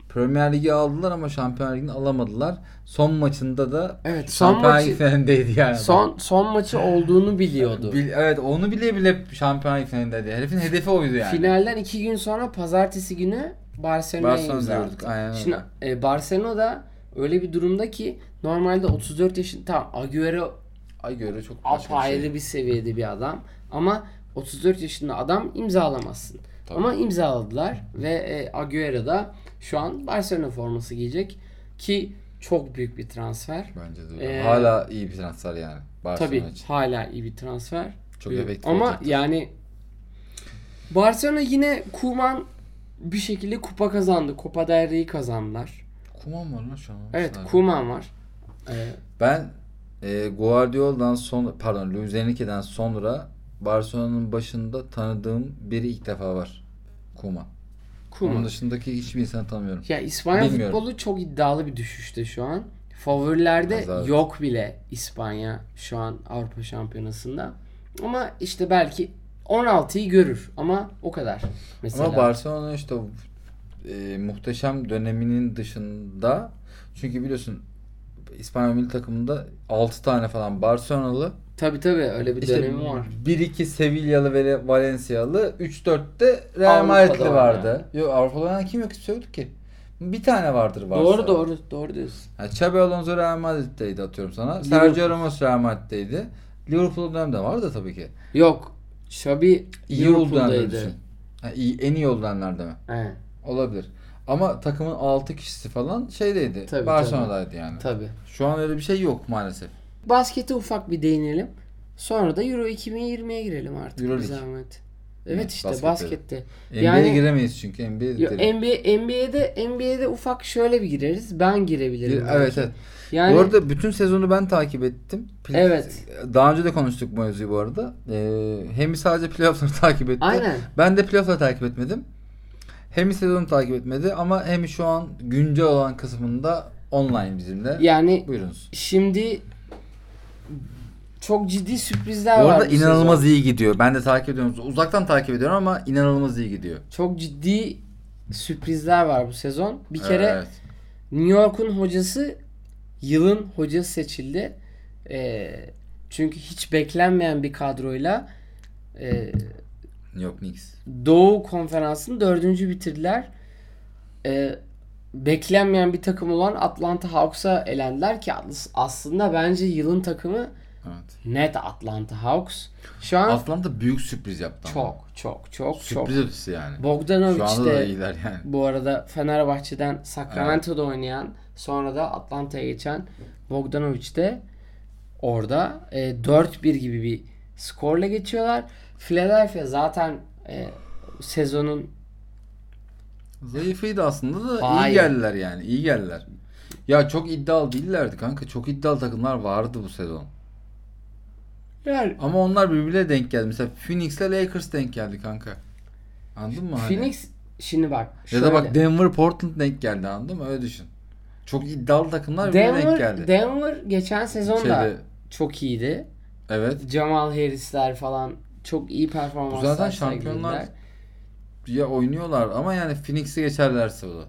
Speaker 1: Premier Lig'i aldılar ama Şampiyonlar Ligi'ni alamadılar. Son maçında da
Speaker 2: Evet, son
Speaker 1: Şampiyonlar Ligi
Speaker 2: maçı-
Speaker 1: finalindeydi yani.
Speaker 2: Son son maçı olduğunu biliyordu.
Speaker 1: Bil- evet onu bile bile Şampiyonlar Ligi finalindeydi. Herifin hedefi oydu yani.
Speaker 2: Finalden iki gün sonra pazartesi günü Barcelona'ya
Speaker 1: Barcelona'da
Speaker 2: imza
Speaker 1: gördük,
Speaker 2: attı.
Speaker 1: aynen öyle.
Speaker 2: Şimdi e, Barcelona'da öyle bir durumda ki normalde 34 yaşında tamam Agüero
Speaker 1: Agüero çok başka bir
Speaker 2: apayrı
Speaker 1: şey.
Speaker 2: bir seviyede bir adam ama 34 yaşında adam imzalamazsın.
Speaker 1: Tabii.
Speaker 2: Ama imzaladılar ve e, Agüero da şu an Barcelona forması giyecek ki çok büyük bir transfer.
Speaker 1: Bence de öyle.
Speaker 2: Ee,
Speaker 1: Hala iyi bir transfer yani. Barcelona
Speaker 2: Tabii
Speaker 1: için.
Speaker 2: hala iyi bir transfer.
Speaker 1: Çok
Speaker 2: Ee,
Speaker 1: efektif
Speaker 2: Ama
Speaker 1: olacaktır.
Speaker 2: yani Barcelona yine Kuman bir şekilde kupa kazandı. Copa del Rey'i kazandılar.
Speaker 1: Kuman var lan şu an.
Speaker 2: Evet
Speaker 1: Sadece.
Speaker 2: Kuman var. Ee,
Speaker 1: Ben e, Guardiola'dan son pardon Luis Enrique'den sonra Barcelona'nın başında tanıdığım biri ilk defa var. Kuma. Onun
Speaker 2: Kuman.
Speaker 1: dışındaki hiçbir insanı tanımıyorum.
Speaker 2: Ya İspanya
Speaker 1: Bilmiyorum.
Speaker 2: futbolu çok iddialı bir düşüşte şu an. Favorilerde
Speaker 1: Biraz daha-
Speaker 2: yok bile İspanya şu an Avrupa Şampiyonası'nda. Ama işte belki 16'yı görür ama o kadar. Mesela
Speaker 1: Ama Barcelona işte o, e, muhteşem döneminin dışında çünkü biliyorsun İspanya milli takımında 6 tane falan Barcelonalı
Speaker 2: tabii tabii öyle bir
Speaker 1: işte
Speaker 2: dönemi var.
Speaker 1: 1-2 Sevilyalı ve Valenciyalı 3-4'te Real
Speaker 2: Avrupa'da
Speaker 1: Madrid'li
Speaker 2: var
Speaker 1: vardı. Yok Avrupa'da oynayan kim yok hiç yoktu ki. Bir tane vardır varsa.
Speaker 2: Doğru doğru doğru diyorsun.
Speaker 1: Yani Xabi Alonso Real Madrid'deydi atıyorum sana. Sergio Ramos Real Madrid'deydi. Liverpool dönemde vardı tabii ki.
Speaker 2: Yok. Xabi
Speaker 1: İyi oldu
Speaker 2: Liverpool'daydı.
Speaker 1: iyi, en iyi olanlar deme.
Speaker 2: He,
Speaker 1: Olabilir. Ama takımın 6 kişisi falan şeydeydi.
Speaker 2: Tabii,
Speaker 1: Barcelona'daydı yani.
Speaker 2: tabii.
Speaker 1: Şu an öyle bir şey yok maalesef.
Speaker 2: Baskete ufak bir değinelim. Sonra da Euro 2020'ye girelim artık
Speaker 1: Euro
Speaker 2: bir
Speaker 1: Lig.
Speaker 2: zahmet. Evet
Speaker 1: Evet,
Speaker 2: işte
Speaker 1: baskette.
Speaker 2: baskette.
Speaker 1: NBA'ye
Speaker 2: Yani-
Speaker 1: giremeyiz çünkü NBA'de.
Speaker 2: Yo, NBA, NBA'de NBA'de ufak şöyle bir gireriz. Ben girebilirim. belki.
Speaker 1: evet evet.
Speaker 2: Yani
Speaker 1: Bu arada bütün sezonu ben takip ettim. Pl-
Speaker 2: Evet.
Speaker 1: Daha önce de konuştuk bu mevzuyu bu arada. Ee, hem sadece playoff'ları takip etti.
Speaker 2: Aynen.
Speaker 1: Ben de playoff'ları takip etmedim. Hem sezonu takip etmedi ama hem şu an güncel olan kısmında online bizimle.
Speaker 2: yani
Speaker 1: Buyurunuz.
Speaker 2: şimdi çok ciddi sürprizler
Speaker 1: Bu
Speaker 2: var.
Speaker 1: arada
Speaker 2: bu sezon.
Speaker 1: inanılmaz iyi gidiyor. Ben de takip ediyorum. Uzaktan takip ediyorum ama inanılmaz iyi gidiyor.
Speaker 2: Çok ciddi sürprizler var bu sezon. Bir kere
Speaker 1: Evet.
Speaker 2: New York'un hocası yılın hocası seçildi. Ee, çünkü hiç beklenmeyen bir kadroyla e,
Speaker 1: New York Knicks.
Speaker 2: Doğu konferansını dördüncü bitirdiler. Ee, beklenmeyen bir takım olan Atlanta Hawks'a elendiler ki as- aslında bence yılın takımı
Speaker 1: Evet.
Speaker 2: net Atlanta Hawks. Şu an
Speaker 1: Atlanta büyük sürpriz yaptı ama.
Speaker 2: çok çok çok çok.
Speaker 1: Sürpriz ötesi yani. Şu
Speaker 2: Bogdanovic
Speaker 1: anda da
Speaker 2: de
Speaker 1: iyiler yani.
Speaker 2: bu arada Fenerbahçe'den Sacramento'da oynayan sonra da Atlanta'ya geçen Bogdanovic de orada e, 4-1 gibi bir skorla geçiyorlar. Philadelphia zaten e, sezonun
Speaker 1: Zayıfıydı aslında da iyi
Speaker 2: Hayır.
Speaker 1: geldiler yani. iyi geldiler. Ya çok iddialı değillerdi kanka. Çok iddialı takımlar vardı bu sezon.
Speaker 2: yani
Speaker 1: Ama onlar birbirine denk geldi. Mesela Phoenix'le Lakers denk geldi kanka. Anladın mı? hani?
Speaker 2: Phoenix şimdi bak
Speaker 1: ya
Speaker 2: şöyle,
Speaker 1: da bak Denver Portland denk geldi anladın mı? Öyle düşün. Çok iddialı takımlar birbirine denk
Speaker 2: Denver,
Speaker 1: geldi.
Speaker 2: Denver geçen sezon da
Speaker 1: Şeyde-
Speaker 2: çok iyiydi.
Speaker 1: evet.
Speaker 2: Jamal Harris'ler falan çok iyi
Speaker 1: Bu
Speaker 2: performanslar
Speaker 1: zaten şampiyonlar
Speaker 2: sergilediler.
Speaker 1: ya oynuyorlar ama yani Phoenix'i geçerlerse bu da.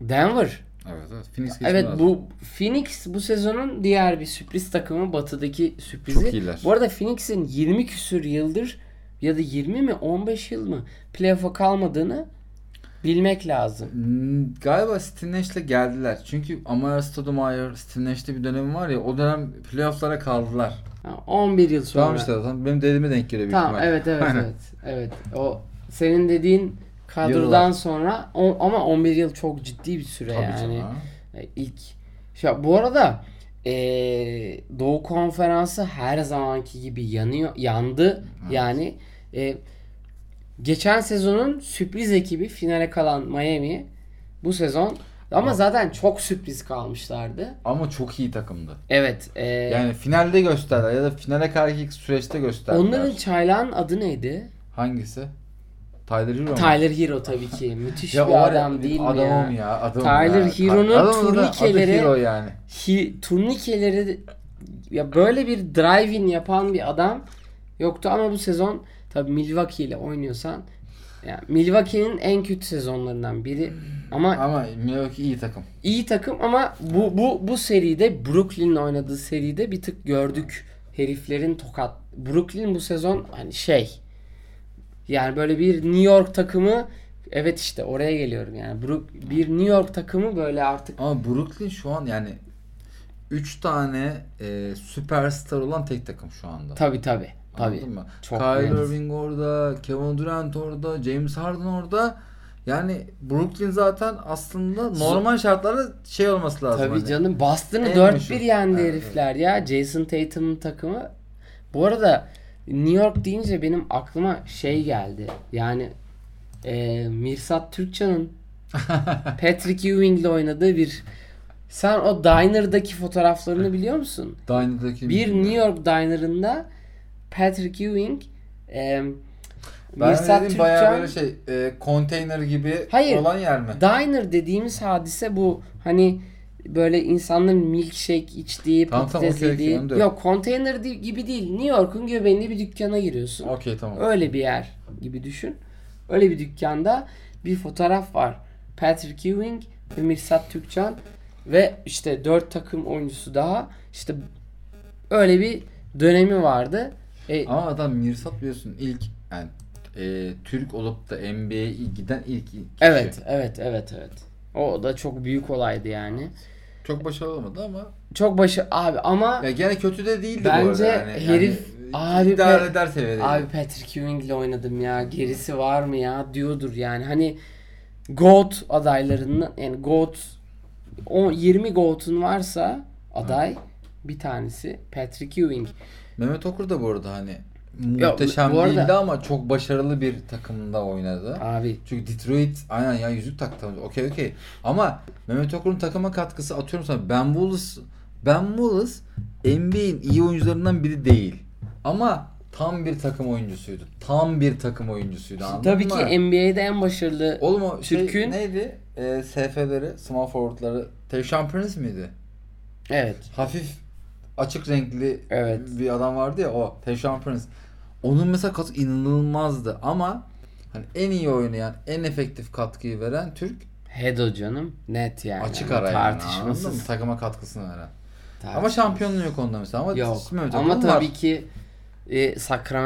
Speaker 2: Denver.
Speaker 1: Evet evet. Phoenix geçmez.
Speaker 2: Evet bu Phoenix bu sezonun diğer bir sürpriz takımı batıdaki sürprizi.
Speaker 1: Çok iyiler.
Speaker 2: Bu arada Phoenix'in 20 küsür yıldır ya da 20 mi 15 yıl mı playoff'a kalmadığını bilmek lazım.
Speaker 1: Hmm, Galiba Steve Nash'le geldiler. Çünkü Amara Stoudemire, Steve Nash'te bir dönemi var ya o dönem playoff'lara kaldılar.
Speaker 2: Ha, 11 yıl sonra.
Speaker 1: Tamam işte zaten benim dediğime denk geliyor büyük
Speaker 2: Tamam
Speaker 1: ihtimal.
Speaker 2: evet evet
Speaker 1: Aynen.
Speaker 2: evet. Evet. O senin dediğin kadrodan
Speaker 1: Yıllar.
Speaker 2: sonra o- ama 11 yıl çok ciddi bir süre
Speaker 1: Tabii
Speaker 2: yani.
Speaker 1: canım.
Speaker 2: E, ilk ya bu arada eee, Doğu Konferansı her zamanki gibi yanıyor yandı. Yani e, geçen sezonun sürpriz ekibi finale kalan Miami bu sezon ama zaten çok sürpriz kalmışlardı.
Speaker 1: Ama çok iyi takımdı.
Speaker 2: Evet. e,
Speaker 1: Yani finalde gösterdiler ya da finale karşı süreçte gösterdiler.
Speaker 2: onların çaylağın adı neydi?
Speaker 1: Hangisi? Tyler Hero mu?
Speaker 2: Tyler Hero tabii ki. Müthiş
Speaker 1: Ya o
Speaker 2: bir
Speaker 1: var
Speaker 2: adam
Speaker 1: ya,
Speaker 2: değil mi ya?
Speaker 1: adamım ya? Adamım
Speaker 2: Tyler
Speaker 1: ya.
Speaker 2: Hero'nun
Speaker 1: Adamın adı- adı
Speaker 2: turnikeleri-
Speaker 1: Hero yani.
Speaker 2: Hi, turnikeleri ya böyle bir drive-in yapan bir adam yoktu ama bu sezon tabii Milwaukee ile oynuyorsan yani Milwaukee'nin en kötü sezonlarından biri ama
Speaker 1: Ama Milwaukee iyi takım.
Speaker 2: iyi takım ama bu bu bu seride Brooklyn'in oynadığı seride bir tık gördük heriflerin tokat. Brooklyn bu sezon hani şey yani böyle bir New York takımı evet işte oraya geliyorum yani Brook- bir New York takımı böyle artık
Speaker 1: Ama Brooklyn şu an yani 3 tane e, süperstar olan tek takım şu anda.
Speaker 2: tabi tabi tabi
Speaker 1: Anladın mı?
Speaker 2: Çok
Speaker 1: Kyle
Speaker 2: net.
Speaker 1: Irving orada, Kevin Durant orada, James Harden orada. Yani Brooklyn zaten aslında normal şartlarda şey olması lazım.
Speaker 2: Tabii
Speaker 1: hani.
Speaker 2: canım Boston'ı
Speaker 1: En
Speaker 2: 4-1
Speaker 1: meşhur.
Speaker 2: yendi
Speaker 1: Evet,
Speaker 2: herifler ya. Jason Tatum'un takımı. Bu arada New York deyince benim aklıma şey geldi. Yani e, Mirsat Türkçan'ın Patrick Ewing'le oynadığı bir sen o diner'daki fotoğraflarını biliyor musun?
Speaker 1: Diner'daki
Speaker 2: Bir New York diner'ında Patrick Ewing e,
Speaker 1: ben
Speaker 2: Mirsat
Speaker 1: dedim bayağı
Speaker 2: Türkçan
Speaker 1: böyle şey e, konteyner gibi
Speaker 2: Hayır.
Speaker 1: olan yer mi?
Speaker 2: Diner dediğimiz hadise bu. Hani böyle insanların milkshake içtiği,
Speaker 1: Tamam, tamam,
Speaker 2: patates
Speaker 1: okey, okey,
Speaker 2: yediği.
Speaker 1: onu diyorum.
Speaker 2: Yok konteyner di- gibi değil. New York'un göbeğinde bir dükkana giriyorsun.
Speaker 1: Okey tamam.
Speaker 2: Öyle bir yer gibi düşün. Öyle bir dükkanda bir fotoğraf var. Patrick Ewing ve Mirsat Türkcan ve işte dört takım oyuncusu daha. İşte öyle bir dönemi vardı. E,
Speaker 1: Ama adam Mirsat biliyorsun ilk yani e, Türk olup da NBA'ye giden ilk kişi.
Speaker 2: evet, evet, evet, evet. O da çok büyük olaydı yani.
Speaker 1: Çok başarılı olmadı ama
Speaker 2: Çok başı abi ama
Speaker 1: ya gene kötü de değildi
Speaker 2: Bence
Speaker 1: bu arada. Hani Yani.
Speaker 2: herif-
Speaker 1: yani,
Speaker 2: abi
Speaker 1: idare
Speaker 2: pe-
Speaker 1: eder seviyede.
Speaker 2: Abi Patrick Ewing ile oynadım ya. Gerisi var mı ya diyordur yani. Hani GOAT adaylarının yani GOAT o 20 GOAT'un varsa aday bir tanesi Patrick Ewing.
Speaker 1: Mehmet Okur da bu arada hani
Speaker 2: Ya,
Speaker 1: muhteşem
Speaker 2: bu arada-
Speaker 1: değildi ama çok başarılı bir takımda oynadı.
Speaker 2: Abi
Speaker 1: Çünkü Detroit aynen ya yüzük taktı. Okey okey. Ama Mehmet Okur'un takıma katkısı atıyorum sana Ben Wallace Ben Wallace NBA'in iyi oyuncularından biri değil. Ama tam bir takım oyuncusuydu. Tam bir takım oyuncusuydu. anladın
Speaker 2: tabii
Speaker 1: mı?
Speaker 2: ki NBA'de en başarılı
Speaker 1: Oğlum o şey
Speaker 2: Türk'ün-
Speaker 1: neydi? Ee, SF'leri, small forward'ları. Tevşan Prince miydi?
Speaker 2: evet.
Speaker 1: Hafif açık renkli
Speaker 2: Evet.
Speaker 1: bir adam vardı ya o. Tevşan Prince. Onun mesela katı inanılmazdı ama hani en iyi oynayan, en efektif katkıyı veren Türk
Speaker 2: Hedo canım net yani.
Speaker 1: açık
Speaker 2: Hani
Speaker 1: ara yani,
Speaker 2: tartışmasız.
Speaker 1: anladın mı? Takıma katkısını veren.
Speaker 2: tartışmasız.
Speaker 1: Ama şampiyonluğu yok onda mesela. Ama
Speaker 2: Yok.
Speaker 1: Mehmet
Speaker 2: Ama
Speaker 1: Okur'un var.
Speaker 2: tabii ki e,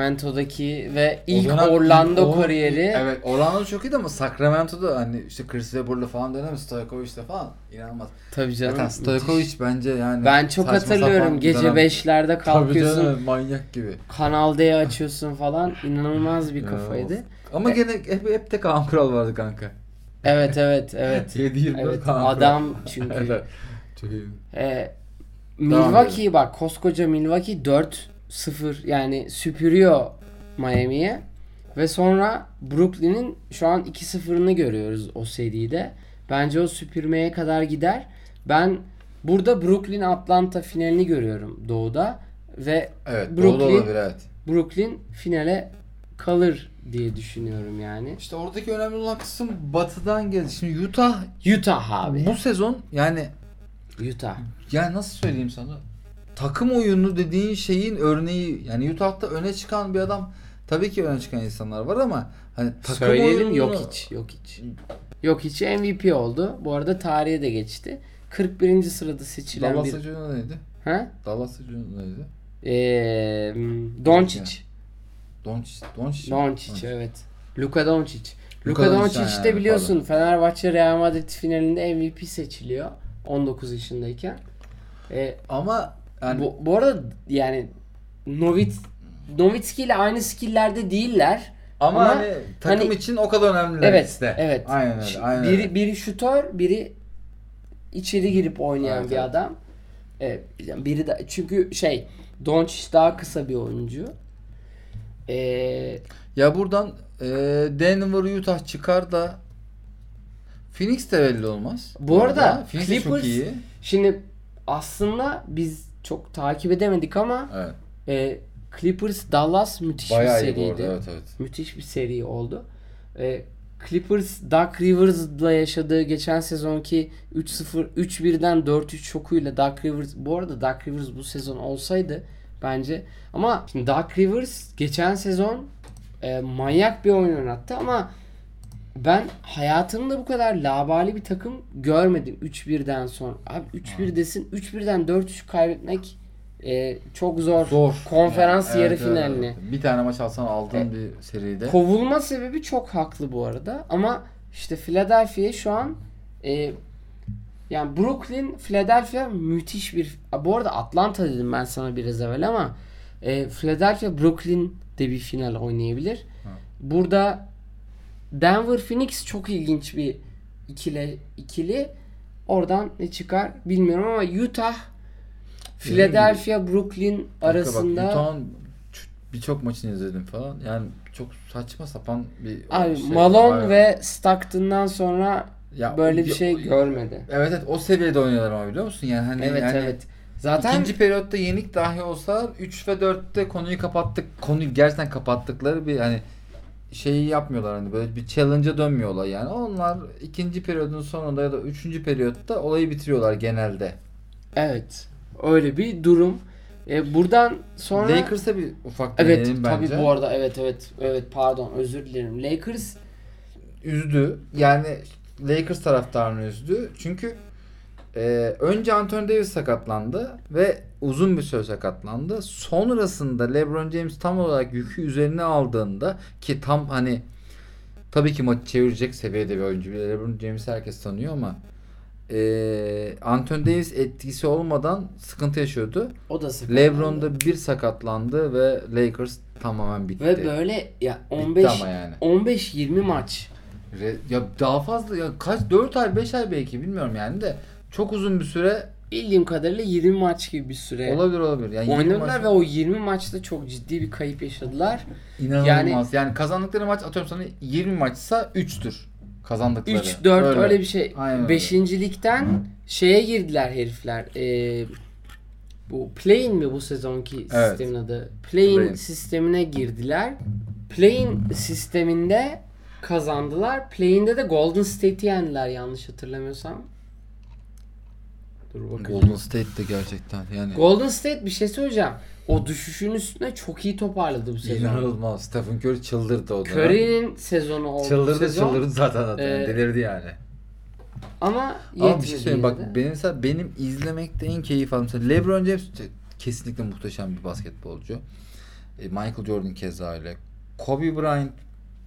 Speaker 2: Sacramento'daki ve ilk
Speaker 1: dönem-
Speaker 2: Orlando
Speaker 1: o-
Speaker 2: kariyeri
Speaker 1: Evet Orlando çok iyiydi ama Sacramento'da hani işte Chris Webber'la falan dönem Stojkovic'le falan inanılmaz.
Speaker 2: tabii canım.
Speaker 1: Zaten Stojkovic bence yani
Speaker 2: Ben çok
Speaker 1: saçma sapan
Speaker 2: hatırlıyorum.
Speaker 1: bir
Speaker 2: Gece
Speaker 1: dönem.
Speaker 2: 5'lerde
Speaker 1: Tabii
Speaker 2: kalkıyorsun.
Speaker 1: canım manyak gibi.
Speaker 2: Kanal D'yi açıyorsun falan. inanılmaz bir kafaydı.
Speaker 1: Ama gene hep, hep de Kaan Kural vardı kanka.
Speaker 2: E-
Speaker 1: Şey
Speaker 2: Evet evet evet.
Speaker 1: 7-24
Speaker 2: Evet
Speaker 1: Kaan Kural.
Speaker 2: adam çünkü.
Speaker 1: Evet. Çok iyi.
Speaker 2: Ee, Milwaukee bak koskoca Milwaukee 4-0 yani süpürüyor Miami'ye. Ve sonra Brooklyn'in şu an 2-0'ını görüyoruz o seride. Bence o süpürmeye kadar gider. Ben burada Brooklyn Atlanta finalini görüyorum doğuda ve
Speaker 1: Evet Brooklyn.
Speaker 2: Brooklyn-
Speaker 1: Doğru olabilir evet.
Speaker 2: Brooklyn finale kalır diye düşünüyorum yani.
Speaker 1: İşte oradaki önemli olan kısım batıdan geldi. Şimdi Utah
Speaker 2: Utah abi.
Speaker 1: bu sezon yani
Speaker 2: Utah.
Speaker 1: yani nasıl söyleyeyim sana? Takım oyunu dediğin şeyin örneği yani Utah'ta öne çıkan bir adam tabii ki öne çıkan insanlar var ama hani takım
Speaker 2: Söyleyelim
Speaker 1: oyununu-
Speaker 2: yok hiç. Yok hiç. Yok hiç MVP oldu. Bu arada tarihe de geçti. 41. sırada seçilen
Speaker 1: Dallas'a
Speaker 2: bir...
Speaker 1: Cuna'da neydi?
Speaker 2: Ha?
Speaker 1: Dallas'a Cuna'da neydi?
Speaker 2: Ee, hmm, Doncic.
Speaker 1: Doncic. Doncic. mi?
Speaker 2: Doncic evet. Luka Doncic.
Speaker 1: Luka
Speaker 2: Luka
Speaker 1: Doncic'ten
Speaker 2: Doncic de
Speaker 1: yani,
Speaker 2: biliyorsun Fenerbahçe Real Madrid finalinde MVP seçiliyor 19 yaşındayken. Ee,
Speaker 1: Ama yani
Speaker 2: Bu, bu arada yani Novit Novitski ile aynı skillerde değiller.
Speaker 1: ama,
Speaker 2: ama
Speaker 1: hani takım
Speaker 2: hani-
Speaker 1: için o kadar önemliler
Speaker 2: Evet.
Speaker 1: ikisi de.
Speaker 2: Evet.
Speaker 1: Aynen öyle.
Speaker 2: Ş-
Speaker 1: Aynen öyle.
Speaker 2: Biri biri şutör, biri içeri girip oynayan
Speaker 1: Evet,
Speaker 2: bir
Speaker 1: evet.
Speaker 2: adam. Ee, biri de çünkü şey Doncic daha kısa bir oyuncu. Ee,
Speaker 1: Ya buradan e, Denver Utah çıkar da Phoenix de belli olmaz.
Speaker 2: Bu arada
Speaker 1: Phoenix de çok
Speaker 2: Clippers-
Speaker 1: iyi.
Speaker 2: şimdi aslında biz çok takip edemedik ama
Speaker 1: Evet.
Speaker 2: e, Clippers Dallas müthiş
Speaker 1: Bayağı
Speaker 2: bir
Speaker 1: iyi
Speaker 2: seriydi.
Speaker 1: bu arada. Evet evet.
Speaker 2: müthiş bir seri oldu. Ee, Clippers Doc Rivers'la yaşadığı geçen sezonki 3-0 3-1'den 4-3 şokuyla Doc Rivers bu arada Doc Rivers bu sezon olsaydı bence ama şimdi Doc Rivers geçen sezon e, manyak bir oyun oynattı ama ben hayatımda bu kadar labali bir takım görmedim 3-1'den sonra. Abi 3-1 desin 3-1'den 4-3 kaybetmek e, çok zor.
Speaker 1: Zor.
Speaker 2: Konferans
Speaker 1: Yani,
Speaker 2: yarı
Speaker 1: evet, evet,
Speaker 2: finalini.
Speaker 1: evet. Bir tane maç alsan aldığın bir seride.
Speaker 2: Kovulma sebebi çok haklı bu arada ama işte Philadelphia şu an e, yani Brooklyn, Philadelphia müthiş bir A, bu arada Atlanta dedim ben sana biraz evvel ama e, Philadelphia Brooklyn de bir final oynayabilir. Burada Denver Phoenix çok ilginç bir ikili ikili. Oradan ne çıkar bilmiyorum ama Utah Philadelphia Brooklyn arasında
Speaker 1: Bak, Utah'ın ç- birçok maçını izledim falan. Yani çok saçma sapan bir
Speaker 2: Abi
Speaker 1: şey.
Speaker 2: Malone
Speaker 1: Aynen.
Speaker 2: ve Stockton'dan sonra
Speaker 1: Ya,
Speaker 2: böyle bir
Speaker 1: ya-
Speaker 2: şey görmedi.
Speaker 1: Evet evet o seviyede oynuyorlar ama biliyor musun? Yani hani
Speaker 2: Evet
Speaker 1: yani
Speaker 2: evet. Zaten
Speaker 1: İkinci periyotta yenik dahi olsa 3 ve 4'te konuyu kapattık. Konuyu gerçekten kapattıkları bir hani şeyi yapmıyorlar hani böyle bir challenge'a dönmüyorlar yani. Onlar ikinci periyodun sonunda ya da üçüncü periyotta olayı bitiriyorlar genelde.
Speaker 2: evet. Öyle bir durum. E, buradan sonra
Speaker 1: Lakers'a bir ufak
Speaker 2: evet
Speaker 1: değinelim
Speaker 2: tabii
Speaker 1: bence.
Speaker 2: bu arada evet evet evet pardon özür dilerim. Lakers
Speaker 1: üzdü. Yani Lakers taraftarını üzdü. Çünkü e, önce Anthony Davis sakatlandı ve uzun bir süre sakatlandı. Sonrasında LeBron James tam olarak yükü üzerine aldığında ki tam hani tabii ki maçı çevirecek seviyede bir oyuncu. Bir de LeBron James'i herkes tanıyor ama e, Anthony Davis etkisi olmadan sıkıntı yaşıyordu.
Speaker 2: o da sıkıntı.
Speaker 1: LeBron da bir sakatlandı ve Lakers tamamen bitti.
Speaker 2: ve böyle ya
Speaker 1: Bitti
Speaker 2: 15
Speaker 1: ama yani.
Speaker 2: 15 20 maç.
Speaker 1: Re- ya daha fazla ya kaç 4 ay 5 ay belki bilmiyorum yani de çok uzun bir süre
Speaker 2: Bildiğim kadarıyla 20 maç gibi bir süre
Speaker 1: olabilir olabilir. Yani yirmi
Speaker 2: E, oynadılar
Speaker 1: maç-
Speaker 2: ve o 20 maçta çok ciddi bir kayıp yaşadılar.
Speaker 1: inanılmaz.
Speaker 2: yani-
Speaker 1: Yani, kazandıkları maç atıyorum sana 20 maçsa 3'tür kazandıkları.
Speaker 2: 3 4 öyle, bir şey.
Speaker 1: Aynen öyle.
Speaker 2: Beşincilikten şeye girdiler herifler. Ee, bu play'in mi bu sezonki
Speaker 1: Evet.
Speaker 2: sistemin adı? Play'in
Speaker 1: Play-in.
Speaker 2: sistemine girdiler. Play'in sisteminde kazandılar. Play'inde de Golden State'i yendiler yanlış hatırlamıyorsam. Dur bakayım.
Speaker 1: Golden State de gerçekten yani
Speaker 2: Golden State bir şey söyleyeceğim. O düşüşün üstüne çok iyi toparladı bu sezon.
Speaker 1: inanılmaz. Stephen Curry çıldırdı o dönem.
Speaker 2: Curry'nin sezonu oldu. bu
Speaker 1: çıldırdı
Speaker 2: sezon.
Speaker 1: çıldırdı zaten zaten.
Speaker 2: Ee,
Speaker 1: Delirdi yani.
Speaker 2: Ama yetmedi.
Speaker 1: Ama bir şey söyleyeyim
Speaker 2: yine de.
Speaker 1: bak benim mesela benim izlemekte en keyif aldığım mesela LeBron James te- kesinlikle muhteşem bir basketbolcu. E, Michael Jordan keza öyle. Kobe Bryant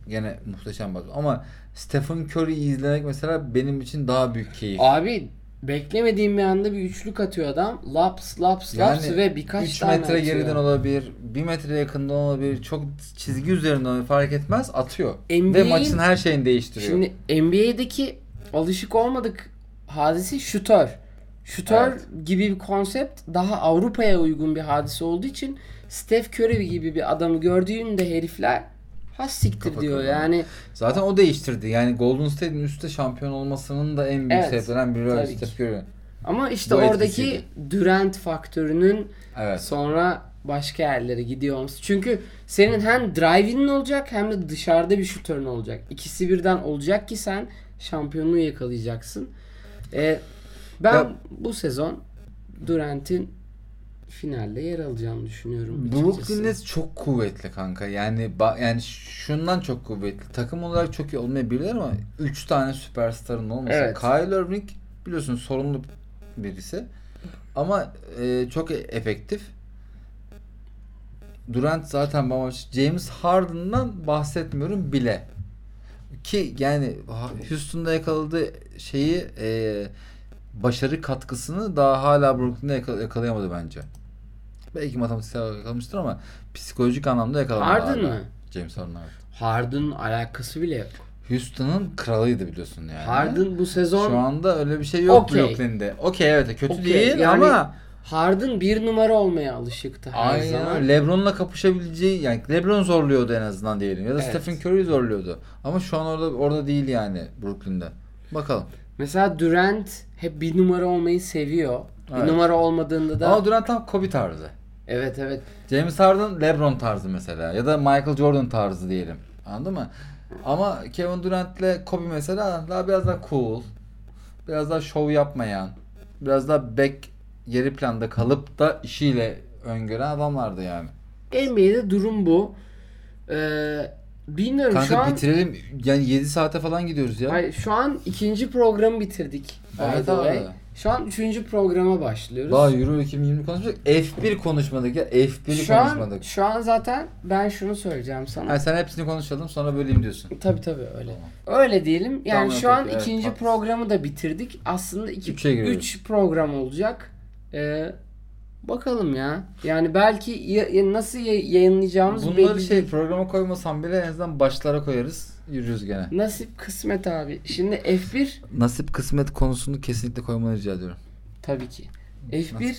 Speaker 1: gene muhteşem bak. Ama Stephen Curry'yi izlemek mesela benim için daha büyük keyif.
Speaker 2: Abi beklemediğim bir anda bir üçlük atıyor adam. Laps laps laps ve birkaç
Speaker 1: 3
Speaker 2: tane
Speaker 1: metre
Speaker 2: atıyor.
Speaker 1: geriden olabilir, 1 metre yakından olabilir, çok çizgi üzerinden fark etmez atıyor. Ve
Speaker 2: NBA'in
Speaker 1: maçın her şeyini değiştiriyor.
Speaker 2: Şimdi NBA'deki alışık olmadık hadise şutör. Şutör gibi bir konsept daha Avrupa'ya uygun bir hadise olduğu için Steph Curry gibi bir adamı gördüğünde herifler has siktir
Speaker 1: Kafa
Speaker 2: diyor.
Speaker 1: kafaya.
Speaker 2: Yani
Speaker 1: Zaten o değiştirdi. Yani Golden State'in üstte şampiyon olmasının da en büyük
Speaker 2: Evet.
Speaker 1: sebeplerinden biri öyle
Speaker 2: Tabii ki.
Speaker 1: Steph Curry.
Speaker 2: ama işte
Speaker 1: Bu
Speaker 2: oradaki
Speaker 1: etkisiydi.
Speaker 2: Durant faktörünün
Speaker 1: Evet.
Speaker 2: sonra başka yerlere gidiyor olması. Çünkü senin hem drive'inin olacak hem de dışarıda bir şutörün olacak. İkisi birden olacak ki sen şampiyonluğu yakalayacaksın. Ee, ben
Speaker 1: Ya-
Speaker 2: bu sezon Durant'in finalde yer alacağını düşünüyorum.
Speaker 1: Brooklyn
Speaker 2: açıkçası.
Speaker 1: Nets çok kuvvetli kanka. Yani ba- yani şundan çok kuvvetli. Takım olarak çok iyi olmayabilirler ama 3 tane süperstarın olması.
Speaker 2: Evet.
Speaker 1: Kyle Irving biliyorsun sorumlu birisi. Ama e, çok e- efektif. Durant zaten bambaşka. James Harden'dan bahsetmiyorum bile. Ki yani ha- Houston'da yakaladığı şeyi e, başarı katkısını daha hala Brooklyn'de yakala- yakalayamadı bence. Belki matematiksel olarak yakalamıştır ama psikolojik anlamda yakalamadı.
Speaker 2: Harden
Speaker 1: hala.
Speaker 2: mı?
Speaker 1: James Harden evet.
Speaker 2: Harden'ın alakası bile yok.
Speaker 1: Houston'ın kralıydı biliyorsun yani.
Speaker 2: Harden bu sezon
Speaker 1: Şu anda öyle bir şey yok
Speaker 2: Okey.
Speaker 1: Brooklyn'de. Okey evet kötü
Speaker 2: Okey,
Speaker 1: değil
Speaker 2: yani
Speaker 1: ama
Speaker 2: Harden bir numara olmaya alışıktı her
Speaker 1: Aynen
Speaker 2: zaman.
Speaker 1: öyle. LeBron'la kapışabileceği yani LeBron zorluyordu en azından diyelim ya da
Speaker 2: Evet.
Speaker 1: Stephen Curry zorluyordu. Ama şu an orada orada değil yani Brooklyn'de. Bakalım.
Speaker 2: Mesela Durant hep bir numara olmayı seviyor.
Speaker 1: Evet.
Speaker 2: Bir numara olmadığında da
Speaker 1: Ama Durant tam Kobe tarzı.
Speaker 2: evet evet
Speaker 1: James Harden LeBron tarzı mesela ya da Michael Jordan tarzı diyelim. Anladın mı? Ama Kevin Durant'le Kobe mesela daha biraz daha cool. Biraz daha şov yapmayan, biraz daha back geri planda kalıp da işiyle öngören adamlardı yani.
Speaker 2: NBA'de durum bu. Ee, bilmiyorum şu
Speaker 1: Kanka
Speaker 2: an
Speaker 1: bitirelim. Yani 7 saate falan gidiyoruz ya.
Speaker 2: Hayır, şu an ikinci programı bitirdik. By
Speaker 1: Evet
Speaker 2: the
Speaker 1: abi.
Speaker 2: way. Şu an üçüncü programa başlıyoruz.
Speaker 1: Daha Euro 2020 konuşmadık. F1 konuşmadık ya. F1'i
Speaker 2: şu an
Speaker 1: konuşmadık.
Speaker 2: şu an zaten ben şunu söyleyeceğim sana.
Speaker 1: Ha, sen hepsini konuşalım sonra böleyim diyorsun.
Speaker 2: Tabii tabii öyle.
Speaker 1: Tamam.
Speaker 2: Öyle diyelim. Yani
Speaker 1: Tamam,
Speaker 2: şu an
Speaker 1: peki, evet,
Speaker 2: ikinci
Speaker 1: haklısın.
Speaker 2: programı da bitirdik. Aslında iki,
Speaker 1: Üçe giriyoruz.
Speaker 2: üç program olacak. Ee, bakalım ya. Yani belki ya- ya- nasıl ya- yayınlayacağımız
Speaker 1: Bunları
Speaker 2: belli
Speaker 1: şey programa koymasam bile en azından başlara koyarız. Yürürüz gene.
Speaker 2: Nasip kısmet abi. Şimdi F1
Speaker 1: Nasip kısmet konusunu kesinlikle koymanı rica ediyorum.
Speaker 2: tabii ki. F1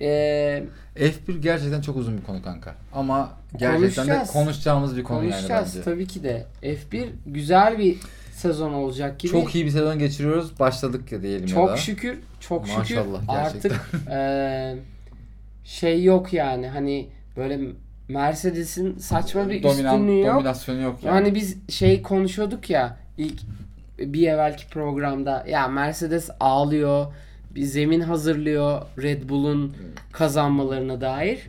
Speaker 2: eee
Speaker 1: F1 gerçekten çok uzun bir konu kanka. Ama gerçekten de
Speaker 2: Konuşacağız.
Speaker 1: konuşacağımız bir konu yani
Speaker 2: konuşacağız
Speaker 1: bence.
Speaker 2: tabii ki de. F1 güzel bir sezon olacak gibi.
Speaker 1: Çok iyi bir sezon geçiriyoruz. Başladık ya diyelim ya
Speaker 2: Çok
Speaker 1: da.
Speaker 2: şükür, çok
Speaker 1: Maşallah,
Speaker 2: şükür
Speaker 1: gerçekten.
Speaker 2: artık eee, şey yok yani hani böyle Mercedes'in saçma bir üstünlüğü yok.
Speaker 1: Dominasyonu yok yani.
Speaker 2: Yani biz şey konuşuyorduk ya ilk bir evvelki programda ya Mercedes ağlıyor, bir zemin hazırlıyor Red Bull'un kazanmalarına dair.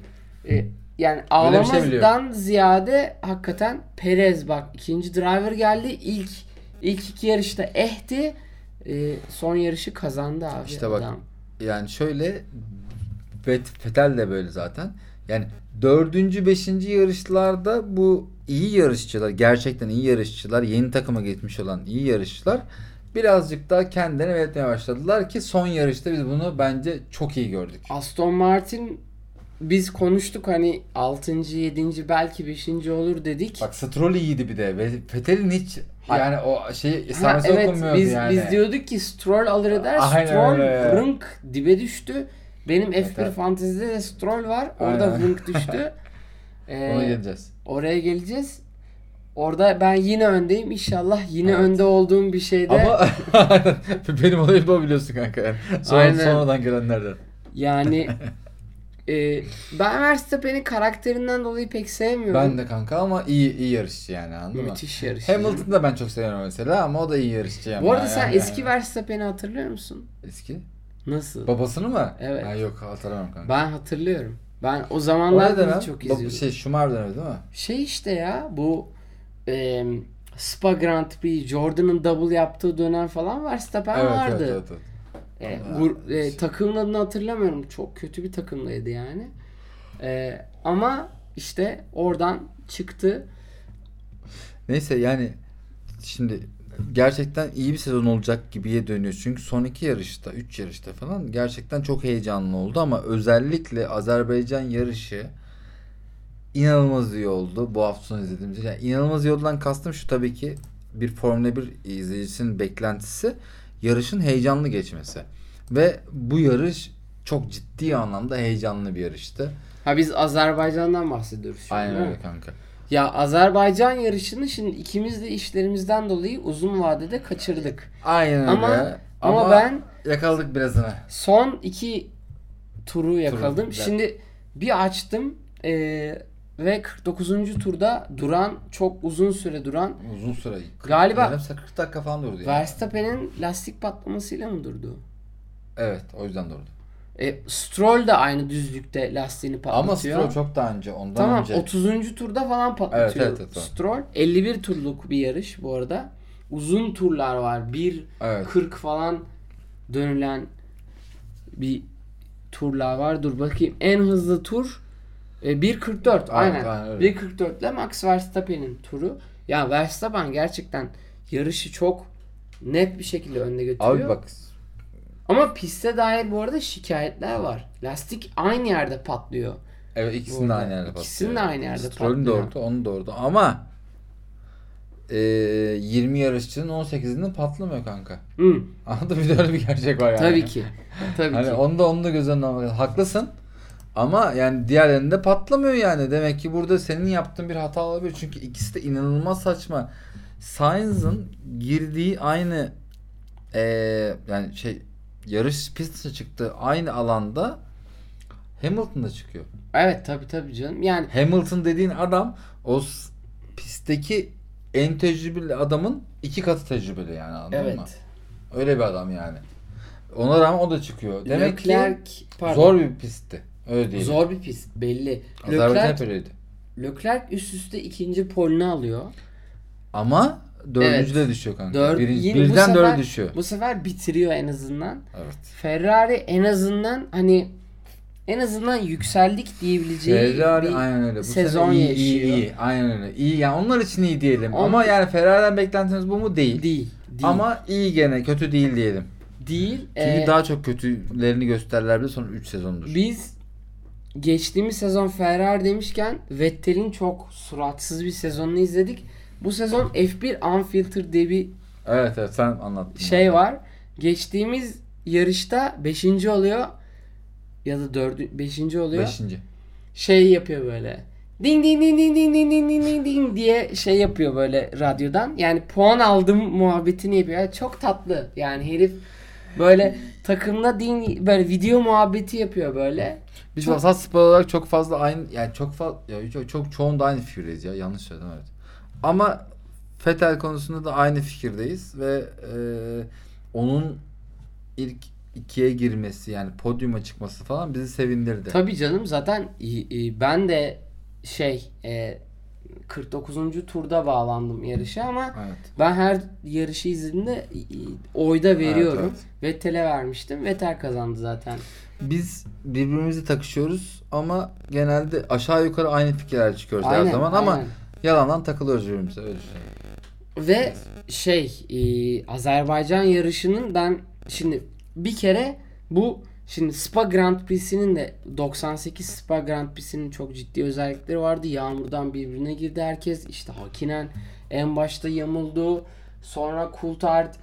Speaker 2: E, yani
Speaker 1: Öyle bir şey bile yok.
Speaker 2: ağlamadan ziyade hakikaten Perez bak ikinci driver geldi. İlk ilk iki yarışta ehti. E, son yarışı kazandı abi
Speaker 1: İşte bak.
Speaker 2: adam.
Speaker 1: Yani şöyle Fet- Fetel de böyle zaten. Yani dördüncü, beşinci yarışlarda bu iyi yarışçılar, gerçekten iyi yarışçılar, yeni takıma geçmiş olan iyi yarışçılar birazcık daha kendilerini belirtmeye başladılar ki son yarışta biz bunu bence çok iyi gördük.
Speaker 2: Aston Martin biz konuştuk hani 6. 7. belki 5. olur dedik.
Speaker 1: Bak Stroll iyiydi bir de. Ve Fetel'in hiç
Speaker 2: Hayır.
Speaker 1: yani o şey
Speaker 2: Ha,
Speaker 1: esamesi
Speaker 2: evet
Speaker 1: okunmuyordu
Speaker 2: biz,
Speaker 1: yani.
Speaker 2: biz diyorduk ki Stroll alır eder.
Speaker 1: Aynen
Speaker 2: Stroll
Speaker 1: öyle.
Speaker 2: vrınk dibe düştü. Benim F1
Speaker 1: evet.
Speaker 2: fantezide de Stroll var. Orada
Speaker 1: Aynen.
Speaker 2: vrınk düştü. Ee,
Speaker 1: Ona geleceğiz.
Speaker 2: oraya geleceğiz. Orada ben yine öndeyim. İnşallah yine
Speaker 1: Evet.
Speaker 2: önde olduğum bir şeyde
Speaker 1: Ama benim olayım da o biliyorsun kanka. Yani. Son-
Speaker 2: Aynen.
Speaker 1: Sonradan gelenlerden.
Speaker 2: yani e, ben Verstappen'in karakterinden dolayı pek sevmiyorum.
Speaker 1: Ben de kanka ama iyi iyi yarışçı yani anladın mı?
Speaker 2: Müthiş yarış.
Speaker 1: Hamilton'ı da ben çok seviyorum mesela ama o da iyi yarışçı yani.
Speaker 2: Bu arada
Speaker 1: Yani-
Speaker 2: sen
Speaker 1: yani-
Speaker 2: eski Verstappen'i hatırlıyor musun?
Speaker 1: Eski?
Speaker 2: Nasıl?
Speaker 1: Babasını mı?
Speaker 2: Evet.
Speaker 1: Ha, yok hatırlamıyorum kanka.
Speaker 2: ben hatırlıyorum. Ben o
Speaker 1: O
Speaker 2: zamanlar
Speaker 1: ne
Speaker 2: da
Speaker 1: dönem?
Speaker 2: çok
Speaker 1: Bab-
Speaker 2: izliyordum.
Speaker 1: Şey Schumacher dönemi değil mi?
Speaker 2: Şey işte ya bu e, Spa Grand Prix, Jordan'ın double yaptığı dönem falan Verstappen vardı.
Speaker 1: evet, evet, evet.
Speaker 2: E, gur- e, takımın adını hatırlamıyorum. Çok kötü bir takımdaydı yani. E, ama işte oradan çıktı.
Speaker 1: Neyse yani şimdi gerçekten iyi bir sezon olacak gibiye dönüyor. Çünkü son iki yarışta, üç yarışta falan gerçekten çok heyecanlı oldu ama özellikle Azerbaycan yarışı inanılmaz iyi oldu. Bu hafta sonu izlediğimiz yani inanılmaz iyi oldudan kastım şu tabii ki bir Formula 1 izleyicisinin beklentisi yarışın heyecanlı geçmesi. Ve bu yarış çok ciddi anlamda heyecanlı bir yarıştı.
Speaker 2: Ha biz Azerbaycan'dan bahsediyoruz şu an,
Speaker 1: Aynen
Speaker 2: değil mi?
Speaker 1: öyle kanka.
Speaker 2: Ya Azerbaycan yarışını şimdi ikimiz de işlerimizden dolayı uzun vadede kaçırdık.
Speaker 1: Aynen öyle.
Speaker 2: Ama- Ama, ben
Speaker 1: yakaladık birazını.
Speaker 2: son iki turu yakaladım.
Speaker 1: ben-
Speaker 2: Şimdi bir açtım eee, ve 49. turda duran çok uzun süre duran
Speaker 1: Uzun süre. Kırk-
Speaker 2: Galiba-
Speaker 1: yarım saat, 40 dakika falan durdu yani.
Speaker 2: Verstappen'in lastik patlamasıyla mı durdu?
Speaker 1: Evet o yüzden durdu.
Speaker 2: E, Stroll de aynı düzlükte lastiğini
Speaker 1: Ama
Speaker 2: patlatıyor.
Speaker 1: Stroll çok daha önce ondan
Speaker 2: Tamam
Speaker 1: önce.
Speaker 2: 30. turda falan patlatıyor
Speaker 1: Evet, evet, evet, tamam.
Speaker 2: Stroll. 51 turluk bir yarış bu arada. Uzun turlar var. 1
Speaker 1: Evet.
Speaker 2: 40 falan dönülen bir turlar var. Dur bakayım. En hızlı tur e, 1.44
Speaker 1: Aynen,
Speaker 2: aynen.
Speaker 1: aynen öyle.
Speaker 2: 1.44 ile Max Verstappen'in turu. Ya Verstappen gerçekten yarışı çok net bir şekilde önde götürüyor.
Speaker 1: Abi bak
Speaker 2: Ama piste dair bu arada şikayetler var. Lastik aynı yerde patlıyor.
Speaker 1: evet ikisini de
Speaker 2: Burada.
Speaker 1: aynı yerde patlıyor.
Speaker 2: İkisini de aynı yerde
Speaker 1: Stroll'ün de
Speaker 2: patlıyor.
Speaker 1: orada onun da orada ama e, 20 yarışçının 18'inde patlamıyor kanka.
Speaker 2: Hı,
Speaker 1: Anladın mı? bir de öyle bir gerçek var yani.
Speaker 2: tabii ki. Tabii
Speaker 1: Hani
Speaker 2: ki.
Speaker 1: onu da onu da göz önüne almak lazım. Haklısın. Ama yani diğerlerinde patlamıyor yani. Demek ki burada senin yaptığın bir hata olabilir. Çünkü ikisi de inanılmaz saçma. Sainz'ın girdiği aynı eee, yani şey yarış pistine çıktığı aynı alanda Hamilton da çıkıyor.
Speaker 2: Evet tabii tabii canım. Yani
Speaker 1: Hamilton dediğin adam o s- pistteki en tecrübeli adamın iki katı tecrübeli yani anladın mı?
Speaker 2: evet.
Speaker 1: Öyle bir adam yani. Ona rağmen o da çıkıyor. Demek ki
Speaker 2: Leclerc- pardon.
Speaker 1: Zor bir pistti. Öyle değil.
Speaker 2: Zor bir pist belli.
Speaker 1: Azerbaycan hep
Speaker 2: Leclerc,
Speaker 1: öyleydi.
Speaker 2: Leclerc üst üste ikinci polini alıyor.
Speaker 1: Ama dördüncü de düşüyor kanka.
Speaker 2: Dör,
Speaker 1: Birinci-
Speaker 2: yine bu
Speaker 1: birden
Speaker 2: sefer,
Speaker 1: dörde düşüyor.
Speaker 2: Bu sefer bitiriyor en azından.
Speaker 1: Evet.
Speaker 2: Ferrari en azından hani en azından yükseldik diyebileceği
Speaker 1: Ferrari
Speaker 2: bir
Speaker 1: aynen öyle. Bu
Speaker 2: sezon
Speaker 1: sezon iyi, iyi,
Speaker 2: yaşıyor.
Speaker 1: iyi. Aynen öyle. İyi yani onlar için iyi diyelim.
Speaker 2: On-
Speaker 1: Ama yani Ferrari'den beklentimiz bu mu? Değil.
Speaker 2: değil, değil.
Speaker 1: Ama iyi gene kötü değil diyelim.
Speaker 2: değil.
Speaker 1: Çünkü
Speaker 2: Ee,
Speaker 1: daha çok kötülerini gösterirler bir de son 3 sezondur.
Speaker 2: Biz geçtiğimiz sezon Ferrari demişken Vettel'in çok suratsız bir sezonunu izledik. Bu sezon F1 Unfiltered diye bir
Speaker 1: Evet evet sen anlattın.
Speaker 2: şey var. Geçtiğimiz yarışta 5. oluyor ya da 4. 5. oluyor.
Speaker 1: Beşinci.
Speaker 2: Şey yapıyor böyle. Ding ding ding ding ding ding ding ding ding ding diye şey yapıyor böyle radyodan. Yani puan aldım muhabbetini yapıyor. Yani çok tatlı. Yani herif böyle takımla ding böyle video muhabbeti yapıyor böyle.
Speaker 1: Biz
Speaker 2: Çok-
Speaker 1: vasat spor olarak çok fazla aynı yani çok fazla ya çok, çok çoğunda aynı fikirdeyiz ya yanlış söyledim evet. Ama Fetel konusunda da aynı fikirdeyiz ve e, onun ilk ikiye girmesi yani podyuma çıkması falan bizi sevindirdi.
Speaker 2: Tabii canım zaten i- i- ben de şey e, 49. turda bağlandım yarışa ama
Speaker 1: Evet.
Speaker 2: ben her yarışı izlediğimde i- i- oyda veriyorum.
Speaker 1: Evet,
Speaker 2: Vettel'e vermiştim. Vettel kazandı zaten.
Speaker 1: Biz birbirimizi takışıyoruz ama genelde aşağı yukarı aynı fikirler çıkıyoruz her zaman ama
Speaker 2: aynen.
Speaker 1: yalandan takılıyoruz birbirimize öyle düşünüyorum.
Speaker 2: ve şey i, Azerbaycan yarışının ben şimdi bir kere bu şimdi Spa Grand Prix'sinin de 98 Spa Grand Prix'sinin çok ciddi özellikleri vardı. Yağmurdan birbirine girdi herkes. İşte Hakinen en başta yamuldu. Sonra Coulthard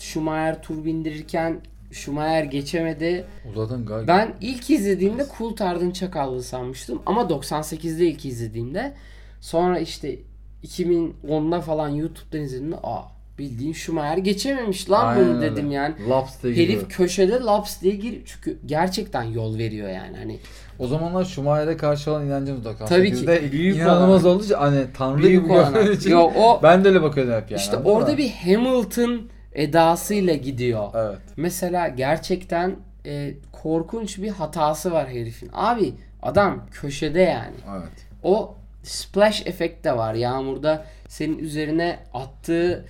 Speaker 2: Schumacher tur bindirirken Schumacher geçemedi.
Speaker 1: Uzatan gayet
Speaker 2: Ben ilk izlediğimde Coulthard'ın çakallığı sanmıştım ama 98'de ilk izlediğimde sonra işte 2010'da falan YouTube'dan izlediğimde aa bildiğin Schumacher geçememiş lan
Speaker 1: Aynen
Speaker 2: bunu
Speaker 1: öyle.
Speaker 2: dedim yani.
Speaker 1: Laps diye giriyor.
Speaker 2: Herif köşede laps diye gir çünkü gerçekten yol veriyor yani hani
Speaker 1: O zamanlar Schumacher'e karşı olan inancımız da
Speaker 2: Tabii ki. Büyük
Speaker 1: büyük inanılmaz
Speaker 2: olan.
Speaker 1: olduğu için hani tanrı
Speaker 2: büyük
Speaker 1: gibi gördüğü
Speaker 2: olanak.
Speaker 1: için
Speaker 2: Yo o
Speaker 1: ben de öyle bakıyordum hep yani.
Speaker 2: işte
Speaker 1: anladın
Speaker 2: orada
Speaker 1: mı?
Speaker 2: bir Hamilton edasıyla gidiyor.
Speaker 1: Evet.
Speaker 2: Mesela gerçekten e, korkunç bir hatası var herifin. Abi adam köşede yani.
Speaker 1: Evet.
Speaker 2: O splash efekt de var. Yağmurda senin üzerine attığı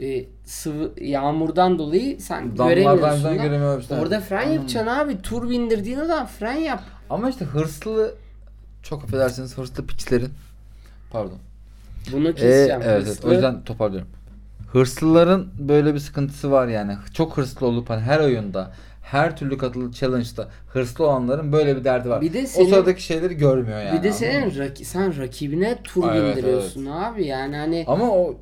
Speaker 2: e, sıvı yağmurdan dolayı sen
Speaker 1: Damlardan
Speaker 2: göremiyorsun.
Speaker 1: sen
Speaker 2: da
Speaker 1: göremiyorsun.
Speaker 2: Orada fren yapacaksın abi. Tur bindirdiğin adam fren yap.
Speaker 1: Ama işte hırslı Çok affedersiniz hırslı piçlerin. Pardon.
Speaker 2: Bunu
Speaker 1: Ee,
Speaker 2: keseceğim.
Speaker 1: evet, evet.
Speaker 2: şey Hırslı-
Speaker 1: o yüzden toparlıyorum. Hırslıların böyle bir sıkıntısı var yani. Çok hırslı olup hani her oyunda, her türlü katılı challenge'da hırslı olanların böyle bir derdi var.
Speaker 2: Bir de
Speaker 1: o
Speaker 2: senin-
Speaker 1: sıradaki şeyleri görmüyor yani.
Speaker 2: bir de
Speaker 1: anladın mı?
Speaker 2: senin raki, sen rakibine tur
Speaker 1: Ay, evet,
Speaker 2: bindiriyorsun abi yani hani
Speaker 1: Ama o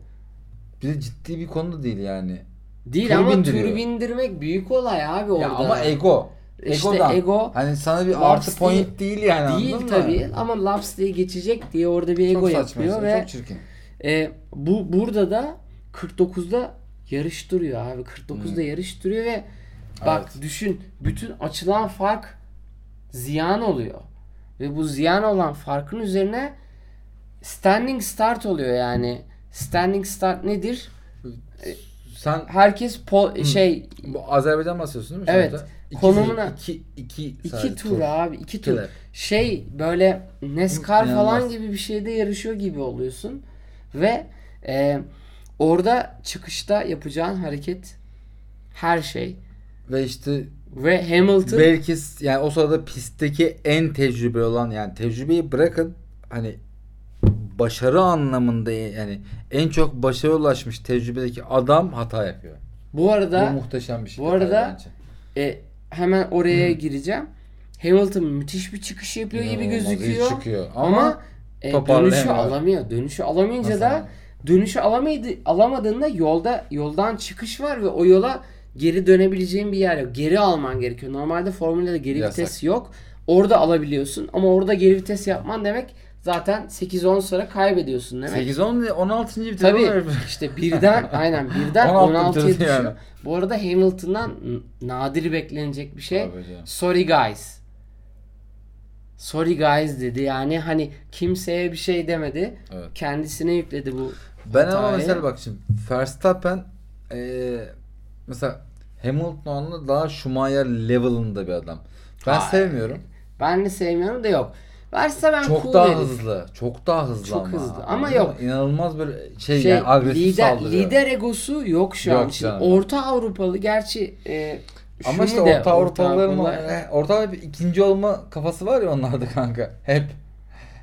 Speaker 1: bir de ciddi bir konu değil yani.
Speaker 2: değil
Speaker 1: tur
Speaker 2: ama
Speaker 1: bindiriyor.
Speaker 2: tur bindirmek büyük olay abi orada.
Speaker 1: Ya ama ego.
Speaker 2: İşte
Speaker 1: Egodan.
Speaker 2: ego-
Speaker 1: Hani sana bir
Speaker 2: Laps
Speaker 1: artı
Speaker 2: değil.
Speaker 1: point değil yani anladın
Speaker 2: değil
Speaker 1: mı?
Speaker 2: tabii ama laps diye geçecek diye orada bir ego
Speaker 1: Çok saçma.
Speaker 2: yapıyor
Speaker 1: işte,
Speaker 2: ve
Speaker 1: Çok çirkin.
Speaker 2: E, bu burada da 49'da yarış duruyor abi. 49'da yarış duruyor ve bak düşün bütün açılan fark ziyan oluyor. Ve bu ziyan olan farkın üzerine standing start oluyor yani. Standing start nedir?
Speaker 1: Sen
Speaker 2: Herkes po- şey
Speaker 1: bu Azerbaycan bahsediyorsun değil mi?
Speaker 2: Evet.
Speaker 1: Şurada? İki-
Speaker 2: Konumuna-
Speaker 1: iki, iki,
Speaker 2: iki
Speaker 1: sadece
Speaker 2: tur abi iki tur.
Speaker 1: Türler.
Speaker 2: Şey böyle NASCAR falan
Speaker 1: İnanılmaz.
Speaker 2: gibi bir şeyde yarışıyor gibi oluyorsun. Ve e, orada çıkışta yapacağın hareket her şey.
Speaker 1: Ve işte
Speaker 2: Ve Hamilton
Speaker 1: belki s- yani o sırada pistteki en tecrübeli olan yani tecrübeyi bırakın hani başarı anlamında yani en çok başarıya ulaşmış tecrübedeki adam hata yapıyor.
Speaker 2: bu
Speaker 1: Bu
Speaker 2: arada
Speaker 1: muhteşem bir şey.
Speaker 2: bu
Speaker 1: detay
Speaker 2: arada-
Speaker 1: bence.
Speaker 2: e, hemen oraya gireceğim. Hamilton müthiş bir çıkış yapıyor gibi
Speaker 1: İnanılmaz, iyi
Speaker 2: gözüküyor.
Speaker 1: çıkıyor.
Speaker 2: Ama,
Speaker 1: Ama
Speaker 2: e, dönüşü
Speaker 1: toparlayamıyor.
Speaker 2: alamıyor. Dönüşü alamayınca
Speaker 1: Nasıl
Speaker 2: da
Speaker 1: yani?
Speaker 2: dönüşü alamaydı, alamadığında yolda yoldan çıkış var ve o yola geri dönebileceğin bir yer yok. Geri alman gerekiyor. Normalde formülde geri
Speaker 1: Yasak.
Speaker 2: vites yok. Orada alabiliyorsun ama orada geri vites yapman demek zaten 8-10 sıra kaybediyorsun demek.
Speaker 1: 8 10 16. bir
Speaker 2: Tabii
Speaker 1: tane var.
Speaker 2: işte birden aynen birden
Speaker 1: 16
Speaker 2: 16'ya
Speaker 1: bitirdi
Speaker 2: düşüyor.
Speaker 1: yani.
Speaker 2: Bu arada Hamilton'dan n- nadir beklenecek bir şey.
Speaker 1: Tabii canım.
Speaker 2: Sorry guys. Sorry guys dedi yani hani kimseye bir şey demedi.
Speaker 1: Evet.
Speaker 2: Kendisine yükledi bu.
Speaker 1: Ben ama
Speaker 2: hatayı.
Speaker 1: mesela bak şimdi Verstappen eee mesela Hamilton'la daha Schumacher level'ında bir adam. Ben
Speaker 2: Hayır.
Speaker 1: sevmiyorum.
Speaker 2: Ben de sevmiyorum da yok. Varsa ben
Speaker 1: Çok
Speaker 2: cool
Speaker 1: daha
Speaker 2: derim.
Speaker 1: hızlı. Çok daha hızlı
Speaker 2: Çok
Speaker 1: ama.
Speaker 2: hızlı ama
Speaker 1: Anladın mı?
Speaker 2: yok.
Speaker 1: İnanılmaz böyle şey,
Speaker 2: Şey,
Speaker 1: yani agresif
Speaker 2: lider,
Speaker 1: saldırıyor.
Speaker 2: lider egosu yok şu an.
Speaker 1: Yok
Speaker 2: Şimdi
Speaker 1: canım.
Speaker 2: Orta Avrupalı gerçi e, şunu
Speaker 1: ama işte
Speaker 2: de
Speaker 1: Orta Avrupalıların o-
Speaker 2: Avrupalılar-
Speaker 1: e, Orta Avrupa ikinci olma kafası var ya onlarda kanka. Hep.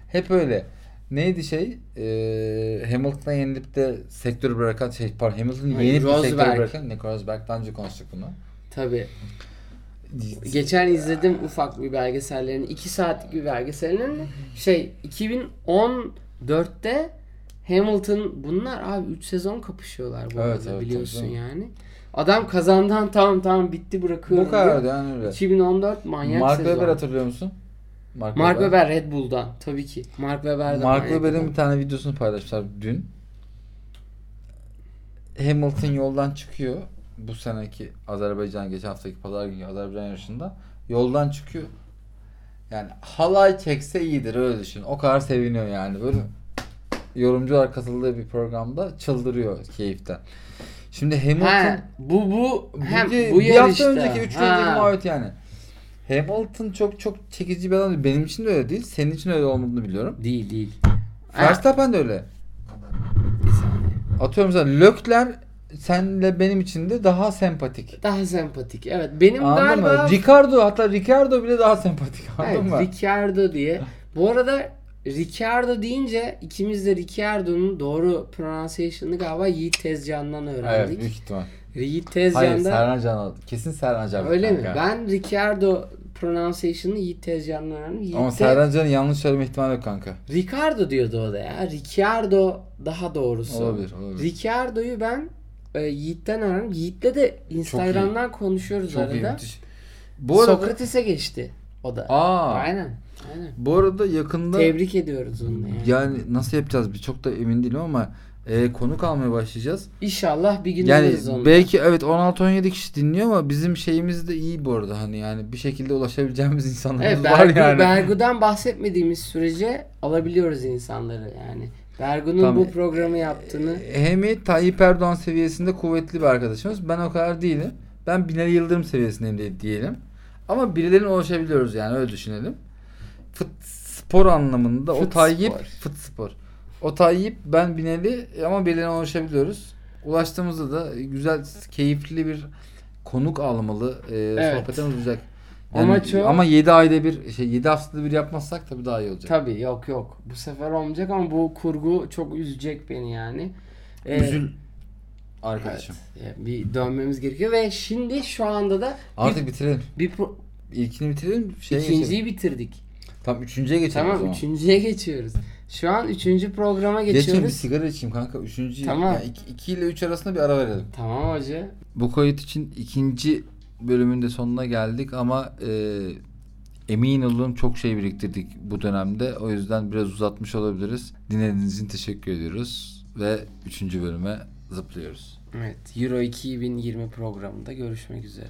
Speaker 1: Hep öyle. Neydi şey? Eee Hamilton'a yenilip de sektörü bırakan şey pardon Hamilton'ı
Speaker 2: Hayır,
Speaker 1: yenip de sektörü
Speaker 2: Rosberg.
Speaker 1: bırakan Nico Rosberg. Daha önce konuştuk bunu.
Speaker 2: Tabii. Geçen izledim ufak bir belgesellerini. 2 saatlik bir belgesellerini. Şey 2014'te Hamilton bunlar abi 3 sezon kapışıyorlar bu
Speaker 1: Evet,
Speaker 2: arada
Speaker 1: evet,
Speaker 2: biliyorsun
Speaker 1: tabii
Speaker 2: yani. Adam kazandan tamam tamam bitti bırakıyorum.
Speaker 1: Bu kadardı
Speaker 2: diyor.
Speaker 1: yani öyle.
Speaker 2: 2014 manyak
Speaker 1: Mark
Speaker 2: sezon.
Speaker 1: Webber hatırlıyor musun? Mark,
Speaker 2: Mark Webber Red Bull'dan tabii ki. Mark Webber'den.
Speaker 1: Mark Webber'in bir tane videosunu paylaştılar dün. Hamilton yoldan çıkıyor. Bu seneki Azerbaycan geçen haftaki pazar günü Azerbaycan yarışında yoldan çıkıyor. Yani halay çekse iyidir öyle düşün. O kadar seviniyor yani. Böyle yorumcular katıldığı bir programda çıldırıyor keyiften. Şimdi Hamilton
Speaker 2: Ha, bu bu
Speaker 1: Bu
Speaker 2: hem
Speaker 1: ge-
Speaker 2: bu
Speaker 1: bir hafta
Speaker 2: yarışta.
Speaker 1: önceki, üç gün
Speaker 2: Ha.
Speaker 1: önceki muhabbet yani. Hamilton çok çok çekici bir adam değil. Benim için de öyle değil. Senin için öyle olmadığını biliyorum.
Speaker 2: Değil değil. Ha.
Speaker 1: Verstappen de öyle.
Speaker 2: Bir saniye.
Speaker 1: Atıyorum mesela Lökler senle benim için de daha sempatik.
Speaker 2: Daha sempatik. Evet benim
Speaker 1: Anladın
Speaker 2: galiba
Speaker 1: mı? Ricardo hatta Ricardo bile daha sempatik. Anladın
Speaker 2: Evet,
Speaker 1: mı?
Speaker 2: Ricciardo diye. Bu arada Ricciardo deyince ikimiz de Ricciardo'nun doğru pronunciation'ını galiba Yiğit Tezcan'dan
Speaker 1: Evet
Speaker 2: öğrendik.
Speaker 1: büyük ihtimal.
Speaker 2: Yiğit
Speaker 1: Hayır
Speaker 2: Tezcan'da
Speaker 1: Serhan Can aldı. Kesin Serhan Can. aldı
Speaker 2: öyle mi?
Speaker 1: kanka.
Speaker 2: Ben Ricciardo pronunciation'ını Yiğit Tezcan'dan öğrendim. Yiğit
Speaker 1: Ama
Speaker 2: de-
Speaker 1: Serhan Can'ın yanlış söyleme ihtimali yok kanka.
Speaker 2: Ricardo diyordu o da ya. Ricciardo daha doğrusu.
Speaker 1: Olabilir, olabilir.
Speaker 2: Ricciardo'yu ben e, Yiğit'ten öğrendim. Yiğit'le de Instagram'dan konuşuyoruz
Speaker 1: Çok iyi
Speaker 2: arada.
Speaker 1: müthiş. Bu arada,
Speaker 2: Sokrates'e geçti o da.
Speaker 1: Aa.
Speaker 2: Aynen. Aynen.
Speaker 1: bu arada yakında
Speaker 2: Tebrik ediyoruz onu da yani.
Speaker 1: Yani nasıl yapacağız bir çok da emin değilim ama e, konuk almaya başlayacağız.
Speaker 2: İnşallah bir gün
Speaker 1: Yani
Speaker 2: alırız onu.
Speaker 1: belki evet 16-17 kişi dinliyor ama bizim şeyimiz de iyi bu arada hani yani bir şekilde ulaşabileceğimiz
Speaker 2: Evet,
Speaker 1: insanlarımız var
Speaker 2: Bergu,
Speaker 1: yani.
Speaker 2: Bergu'dan bahsetmediğimiz sürece alabiliyoruz insanları yani. Bergu'nun
Speaker 1: Tabii.
Speaker 2: bu programı yaptığını
Speaker 1: Hemi Tayyip Erdoğan seviyesinde kuvvetli bir arkadaşımız. Ben o kadar değilim. Ben Binali Yıldırım seviyesindeyim de diyelim. Ama birilerine ulaşabiliyoruz yani öyle düşünelim. Fıt spor anlamında o
Speaker 2: Fıt
Speaker 1: Tayyip
Speaker 2: spor.
Speaker 1: fıt spor. O Tayyip ben Binali ama birilerine ulaşabiliyoruz. Ulaştığımızda da güzel, keyifli bir konuk almalı e,
Speaker 2: Evet.
Speaker 1: sohbetimiz olacak. Yani-
Speaker 2: Ama çok-
Speaker 1: ama 7 ayda bir şey 7 haftada bir yapmazsak tabii daha iyi olacak.
Speaker 2: Tabii yok yok. Bu sefer olmayacak ama bu kurgu çok üzecek beni yani. Ee,
Speaker 1: Üzül arkadaşım.
Speaker 2: evet, e, bir dönmemiz gerekiyor ve şimdi şu anda da bir,
Speaker 1: Artık bitirelim.
Speaker 2: bir pro-
Speaker 1: İlkini bitirelim. Şeye geçelim.
Speaker 2: ikinciyi bitirdik.
Speaker 1: Tam üçüncüye geçelim o
Speaker 2: Tamam
Speaker 1: zaman.
Speaker 2: üçüncüye geçiyoruz. Şu an üçüncü programa
Speaker 1: Geçin bir
Speaker 2: geçiyoruz.
Speaker 1: sigara içeyim kanka. Üçüncü,
Speaker 2: Tamam.
Speaker 1: yani iki, iki ile üç arasında bir ara verelim.
Speaker 2: Tamam hoca.
Speaker 1: Bu kayıt için ikinci bölümün de sonuna geldik ama e, emin olun çok şey biriktirdik bu dönemde. O yüzden biraz uzatmış olabiliriz. Dinlediğiniz için teşekkür ediyoruz ve üçüncü bölüme zıplıyoruz.
Speaker 2: Evet Euro 2020 programında görüşmek üzere.